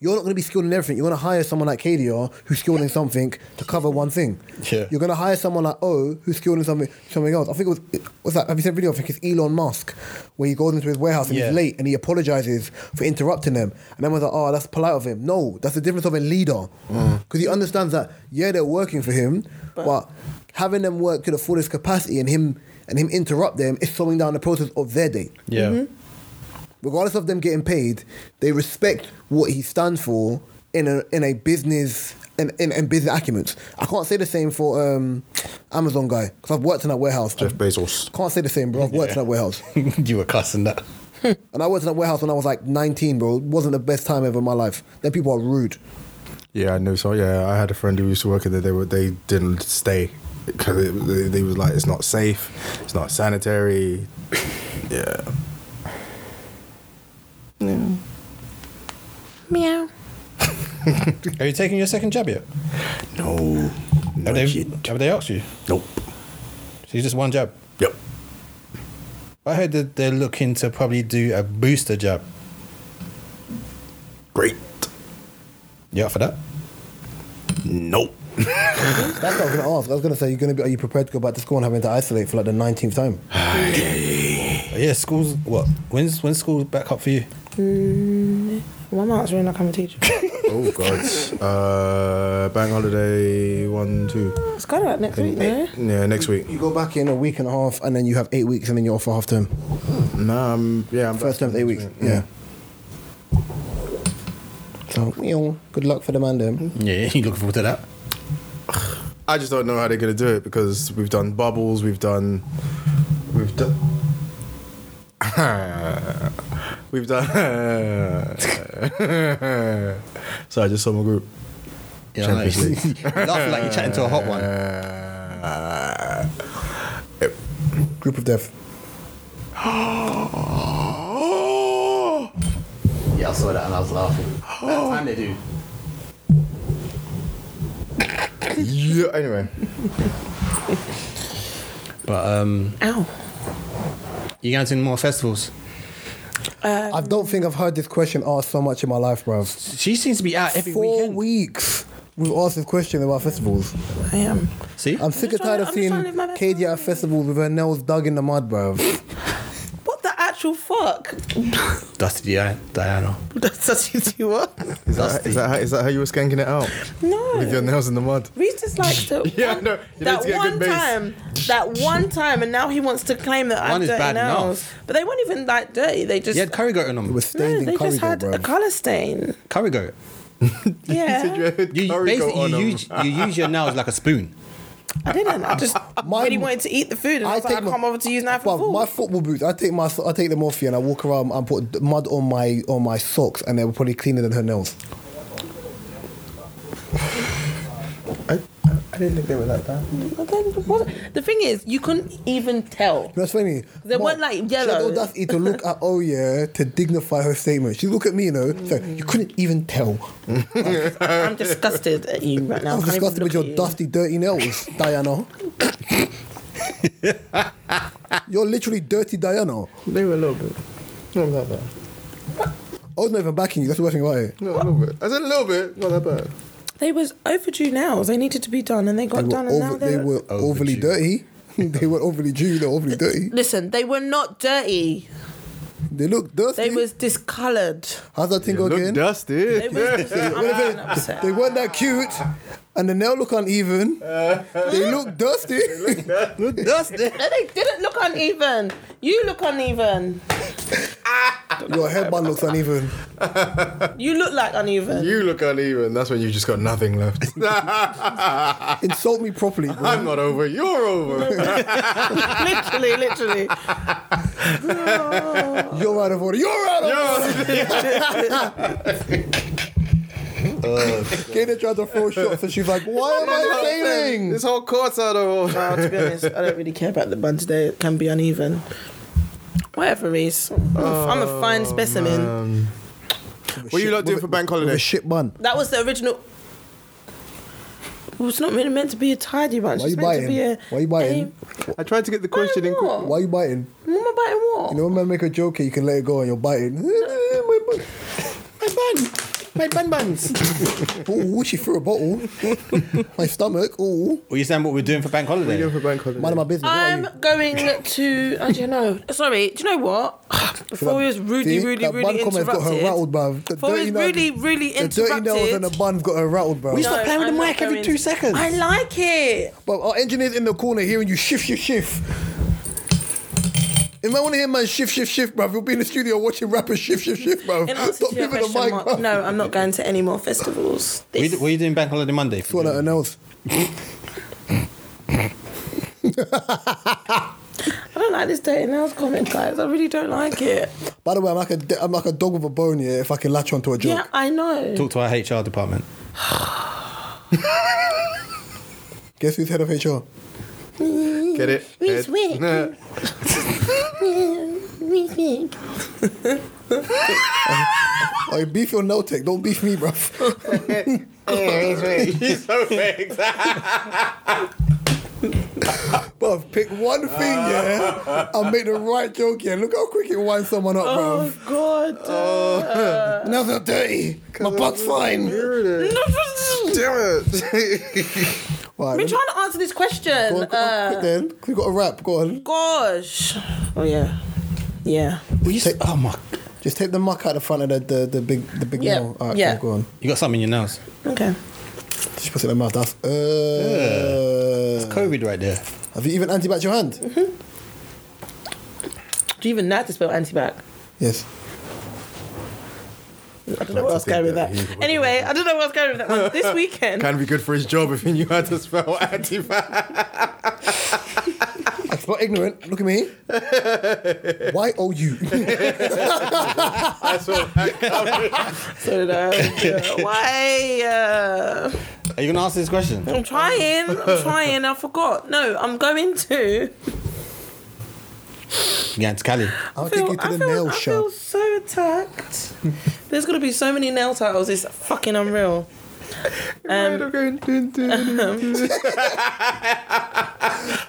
A: You're not going to be skilled in everything. You're going to hire someone like KDR who's skilled in something to cover one thing.
C: Yeah.
A: You're going to hire someone like O who's skilled in something something else. I think it was it- what's that? Have you seen a video? I think it's Elon Musk where he goes into his warehouse and
C: Yeah.
A: he's late and he apologizes for interrupting them. And everyone's like, oh, that's polite of him. No, that's the difference of a leader.
B: Mm.
A: Because he understands that, yeah, they're working for him, but, having them work to the fullest capacity and him and him interrupt them is slowing down the process of their day.
C: Yeah,
A: Regardless of them getting paid, they respect what he stands for in a in a business in, in, in business acumen. I can't say the same for um, Amazon guy because I've worked in that warehouse.
B: Jeff Bezos.
A: Can't say the same, bro. I've worked in that warehouse.
D: Mm-hmm.
C: you were cussing that.
A: And I worked in that warehouse when I was like 19, bro. It wasn't the best time ever in my life. Then people are rude.
B: Yeah, I know. So yeah, I had a friend who used to work there. They were they didn't stay because they, they was like it's not safe, it's not sanitary. yeah,
D: Meow.
C: Are you taking your second jab yet?
B: no,
C: Have
B: not
C: they,
B: yet.
C: have they asked you?
B: Nope.
C: So you just one jab.
B: Yep.
C: I heard that they're looking to probably do a booster jab.
B: Great.
C: You up for that?
B: Nope.
A: That's what I was going to ask. I was going to say, you're going to be, are you prepared to go back to school and having to isolate for like the 19th time?
C: Yeah, school's what? When's when's school back up for you?
D: Well, my mouth's really like I'm a teacher.
B: Oh God. Uh, bank holiday one two.
D: it's kind of like next week, no?
B: Yeah, next week.
A: You go back in a week and a half, and then you have eight weeks, and then you're off for half term.
B: Nah, I'm yeah. I'm
A: First
B: back.
A: term is eight weeks. Yeah. So, meow. good luck for the man them.
C: Yeah, you looking forward to that?
B: I just don't know how they're gonna do it because we've done bubbles, we've done, we've done. We've done. so I just saw my group.
C: Yeah, I know.
B: Champions
C: Laughing like you're chatting to a hot one.
B: Uh,
A: Group of death.
F: Yeah, I saw that and I was laughing. That time they do.
B: yeah. Anyway,
C: But um,
D: Ow.
C: you going to any more festivals?
A: I don't think I've heard this question asked so much in my life, bruv.
C: She seems to be out every
A: Four
C: weekend.
A: weeks we've asked this question about festivals.
D: I am.
C: See,
A: I'm sick
D: just
A: and tired
D: trying to-
A: of
D: I'm just
A: seeing
D: trying to live my best
A: Katie at festivals with her nails dug in the mud, bruv.
D: What the actual fuck?
C: Dusty Di- Diana.
D: That's such a you what?
B: is that, is, that how, is that how you were skanking it out with your
D: No.
B: nails in the mud?
D: Reese just likes to.
B: Yeah, no, you need
D: that
B: to get a
D: one
B: good base.
D: time, that one time, and now he wants to claim that
C: One
D: I'm
C: is
D: dirty
C: bad enough.
D: nails. But they weren't even like dirty. They just
C: You had curry goat on them.
A: It was
D: no,
A: stained
D: they
A: in curry,
D: just had
A: though,
D: a
A: bruv.
D: color stain.
C: Curry goat.
D: Yeah,
C: You basically you use, you use your nails like a spoon.
D: I didn't. I just
A: Mine-
D: really wanted to eat the food, and I, was like, I
A: my-
D: can't bother to use knife and
A: Bruv,
D: fork.
A: my football boots. I take my I take them off here and I walk around and put mud on my on my socks and they were probably cleaner than her nails.
B: I didn't think they were that bad.
D: But then what- The thing is, you couldn't even tell.
A: That's funny.
D: They
A: Mum,
D: weren't, like,
A: she had
D: yellow.
A: the audacity to look at oh yeah to dignify her statement. She look at me, you know, it's
D: Mm.
A: like, you couldn't even tell.
D: I'm disgusted at you right now.
A: I was
D: I can't even
A: disgusted with
D: look
A: your
D: at you.
A: dusty, dirty nails, Diana. You're literally dirty, Diana.
B: They were a little bit. Not that bad.
A: I was not even backing you. That's the worst thing about it.
B: No, a little bit. I said a little bit. Not that bad.
D: They was overdue nails. They needed to be done, and they got
A: They
D: done,
A: were,
D: and now
A: over,
D: they're.
A: they were overly dirty. they were overly due. They were overly dirty.
D: Listen, they were not dirty.
A: They look dirty.
D: They was discoloured.
A: How's that thing go
B: Look
A: again?
B: dusty.
D: They was. I'm upset.
A: They weren't that cute, and the nail look uneven. they look dusty.
C: Dusty.
D: No, they didn't look uneven. You look uneven.
A: Your hairband looks uneven.
D: You look like uneven.
B: You look uneven. That's when you just got nothing left.
A: Insult me properly. bro.
B: I'm not over. You're over.
D: literally, literally.
A: You're out of order. You're out of order. Katie tried to throw shots, and she's like, "Why am I failing?"
B: this whole court's out of order.
D: Well, to be honest, I don't really care about the bun today. It can be uneven. Whatever, Reese. I'm a- I'm a fine
A: Oh,
D: specimen.
B: What you lot doing for bank
A: With a
B: holiday?
A: shit bun.
D: That was the original. Well, it's not really meant to be a tidy bunch.
A: Why
D: it's
A: you
D: meant
A: biting?
D: to be a.
A: Why you biting?
B: I tried to get the question in quick.
D: what?
A: Why are you biting?
D: What am I biting what?
A: You know, when men make a joke, you can let it go, and you're biting. My bun.
C: My bun buns.
A: Oh, she threw a bottle. my stomach. Oh,
C: Well, you saying what we're doing for bank holiday?
B: for bank holiday?
A: mind my business. What are
D: I'm
A: you?
D: going to. I don't know. Sorry. Do you know what? Before we was rudely,
A: See,
D: rudely,
A: that bun
D: rudely
A: comment's
D: interrupted.
A: got her rattled, bruv. The
D: Before we
A: dirty
D: was
A: nails-
D: rudely, really
A: The dirty nails and the
D: interrupted.
A: bun's got her rattled, bruv.
C: stop
D: No,
C: playing with
D: I'm
C: the
D: not
C: mic every
D: going
C: two
D: to.
C: seconds.
D: I like it.
A: But our engineer's in the corner hearing you shift, shift, shift. If I want to hear man shift, shift, shift, bruv, you'll be in the studio watching rappers shift, shift, shift, bruv.
D: In answer
A: Stop
D: to your
A: giving the
D: question,
A: mic,
D: Mark,
A: bruv.
D: no, I'm not going to any more festivals.
C: What are
D: This-
C: you- what are you doing bank holiday Monday?
A: Swear nothing else.
D: I don't like this dirty nails comment, guys. I really don't like it.
A: By the way, I'm like a de- I'm like a dog with a bone, yeah. If I can latch onto a joke,
D: Yeah, I know.
C: Talk to our HR department.
A: guess who's head of HR?
B: Get it?
E: Reese
B: Head?
E: Wick.
B: Nah.
E: Reese Wick.
A: I beef your no tech. Don't beef me, bruv.
B: He's so fake.
A: bruv, pick one thing, yeah, and make the right joke, yeah. Look how quick it winds someone up,
D: Oh
A: bruv.
D: God!
A: Now they're dirty. My butt's fine.
B: Damn it.
A: Right,
D: We're
A: let me-
D: trying to answer this question.
A: go on, quick-
D: Uh,
A: quick then, we got a rap. Go on.
D: gosh. Oh yeah, yeah.
C: Were you, s- oh my!
A: Just take the muck out the front of the the, the big the big
D: Yeah,
A: nail. All right,
D: yeah.
A: cool, go on.
C: You got something in your nose.
D: Okay.
A: She puts it in her mouth. That's uh,
C: COVID right there.
A: Have you even anti backed your hand?
D: Mm-hmm. Do you even know how to spell antibac?
A: Yes.
D: I don't know where I was going with that. Anyway, I don't know where I was going with that one. This weekend.
B: Can be good for his job if he knew how to spell anti-vax.
A: It's not ignorant. Look at me. Y O U.
B: I saw that.
D: So did I. Yeah. Why? Uh,
C: Are you gonna answer this question?
D: I'm trying. I'm trying. I forgot. No, I'm going to.
C: Yeah, it's Cali.
A: I'll take you to the nail
D: I
A: shop.
D: feel so attacked. There's gonna be so many nail titles. It's fucking unreal. Um,
B: I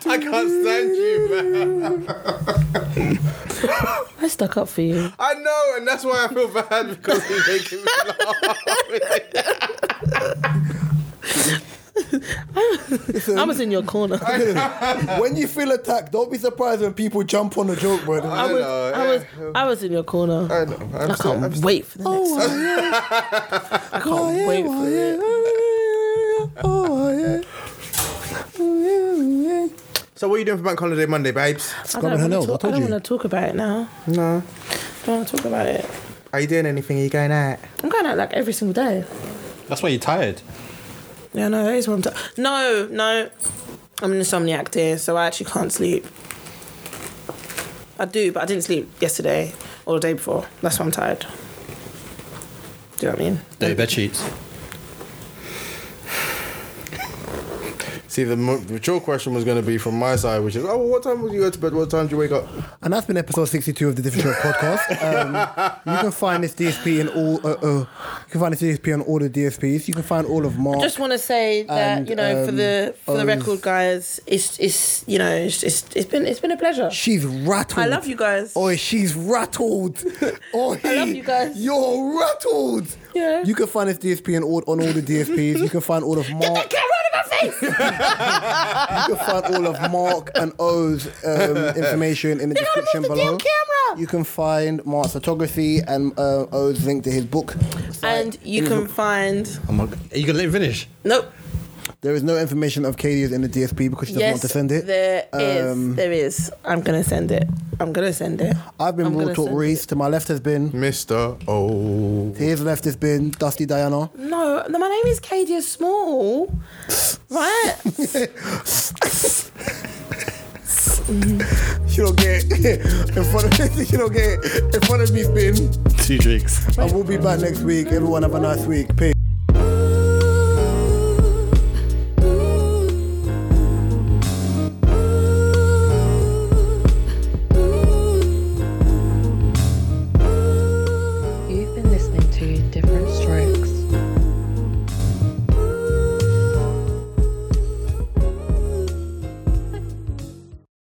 B: can't stand you, man.
D: I stuck up for you.
B: I know, and that's why I feel bad because he's making me laugh.
D: I was in your corner. I,
A: when you feel attacked, don't be surprised when people jump on the joke, bro.
B: I
D: was,
B: know,
D: I was, I was in your corner. I,
B: I know. I'm
D: can't
B: still- I'm still-
D: wait for the next
A: Oh,
D: one. I can't wait for it. oh,
B: So what are you doing for Bank Holiday Monday, babes?
D: I
A: Scotland
D: don't,
A: Hills,
D: want
A: I
D: to talk, I
A: told
D: don't
A: you.
D: want to talk about it now.
B: No.
D: I don't want to talk about it.
B: Are you doing anything? Are you going out?
D: I'm going out like every single day.
C: That's why you're tired.
D: Yeah, no, that is what I'm. ta- no, no, I'm an insomniac here, so I actually can't sleep. I do, but I didn't sleep yesterday or the day before. That's why I'm tired. Do you know what I mean?
C: Dirty bed sheets.
B: See, the mo- mature question was going to be from my side, which is, oh, what time would you go to bed? What time do you wake up?
A: And that's been episode 62 of the Different Show podcast. Um, you can find this DSP in all. Uh, uh, you can find this DSP on all the DSPs. You can find all of Mark.
D: just want to say that
A: And,
D: you know, for the for the
A: um,
D: record, guys, it's it's you know, it's it's, it's been it's been a pleasure.
A: she's rattled.
D: I love you guys.
A: Oh, she's rattled. Oh,
D: I love you guys.
A: You're rattled.
D: Yeah.
A: You can find this DSP in all, on all the DSPs. You can find all of Mark.
D: Get out of my face!
A: You can find all of Mark and O's um, information in the description
D: the
A: below.
D: damn camera.
A: You can find Mark's photography and uh, O's link to his book.
D: and you can find
C: Oh my god. Are you gonna let him finish?
D: nope.
A: There is no information of Katie is in the DSP because she doesn't want
D: Yes,
A: to send it.
D: there is.
A: Um,
D: There is. I'm gonna send it. I'm gonna send it.
A: I've been
D: I'm
A: Raw
D: gonna
A: Talk
D: send
A: Reese. To my left has been.
B: Mr. Oh.
A: To his left has been Dusty Diana.
D: No, no, my name is Kadia Small. Right?
A: She don't get it. in front of she don't get it. in front of me's been.
C: Two drinks.
A: And we'll be back next week. Everyone have a nice week. Peace.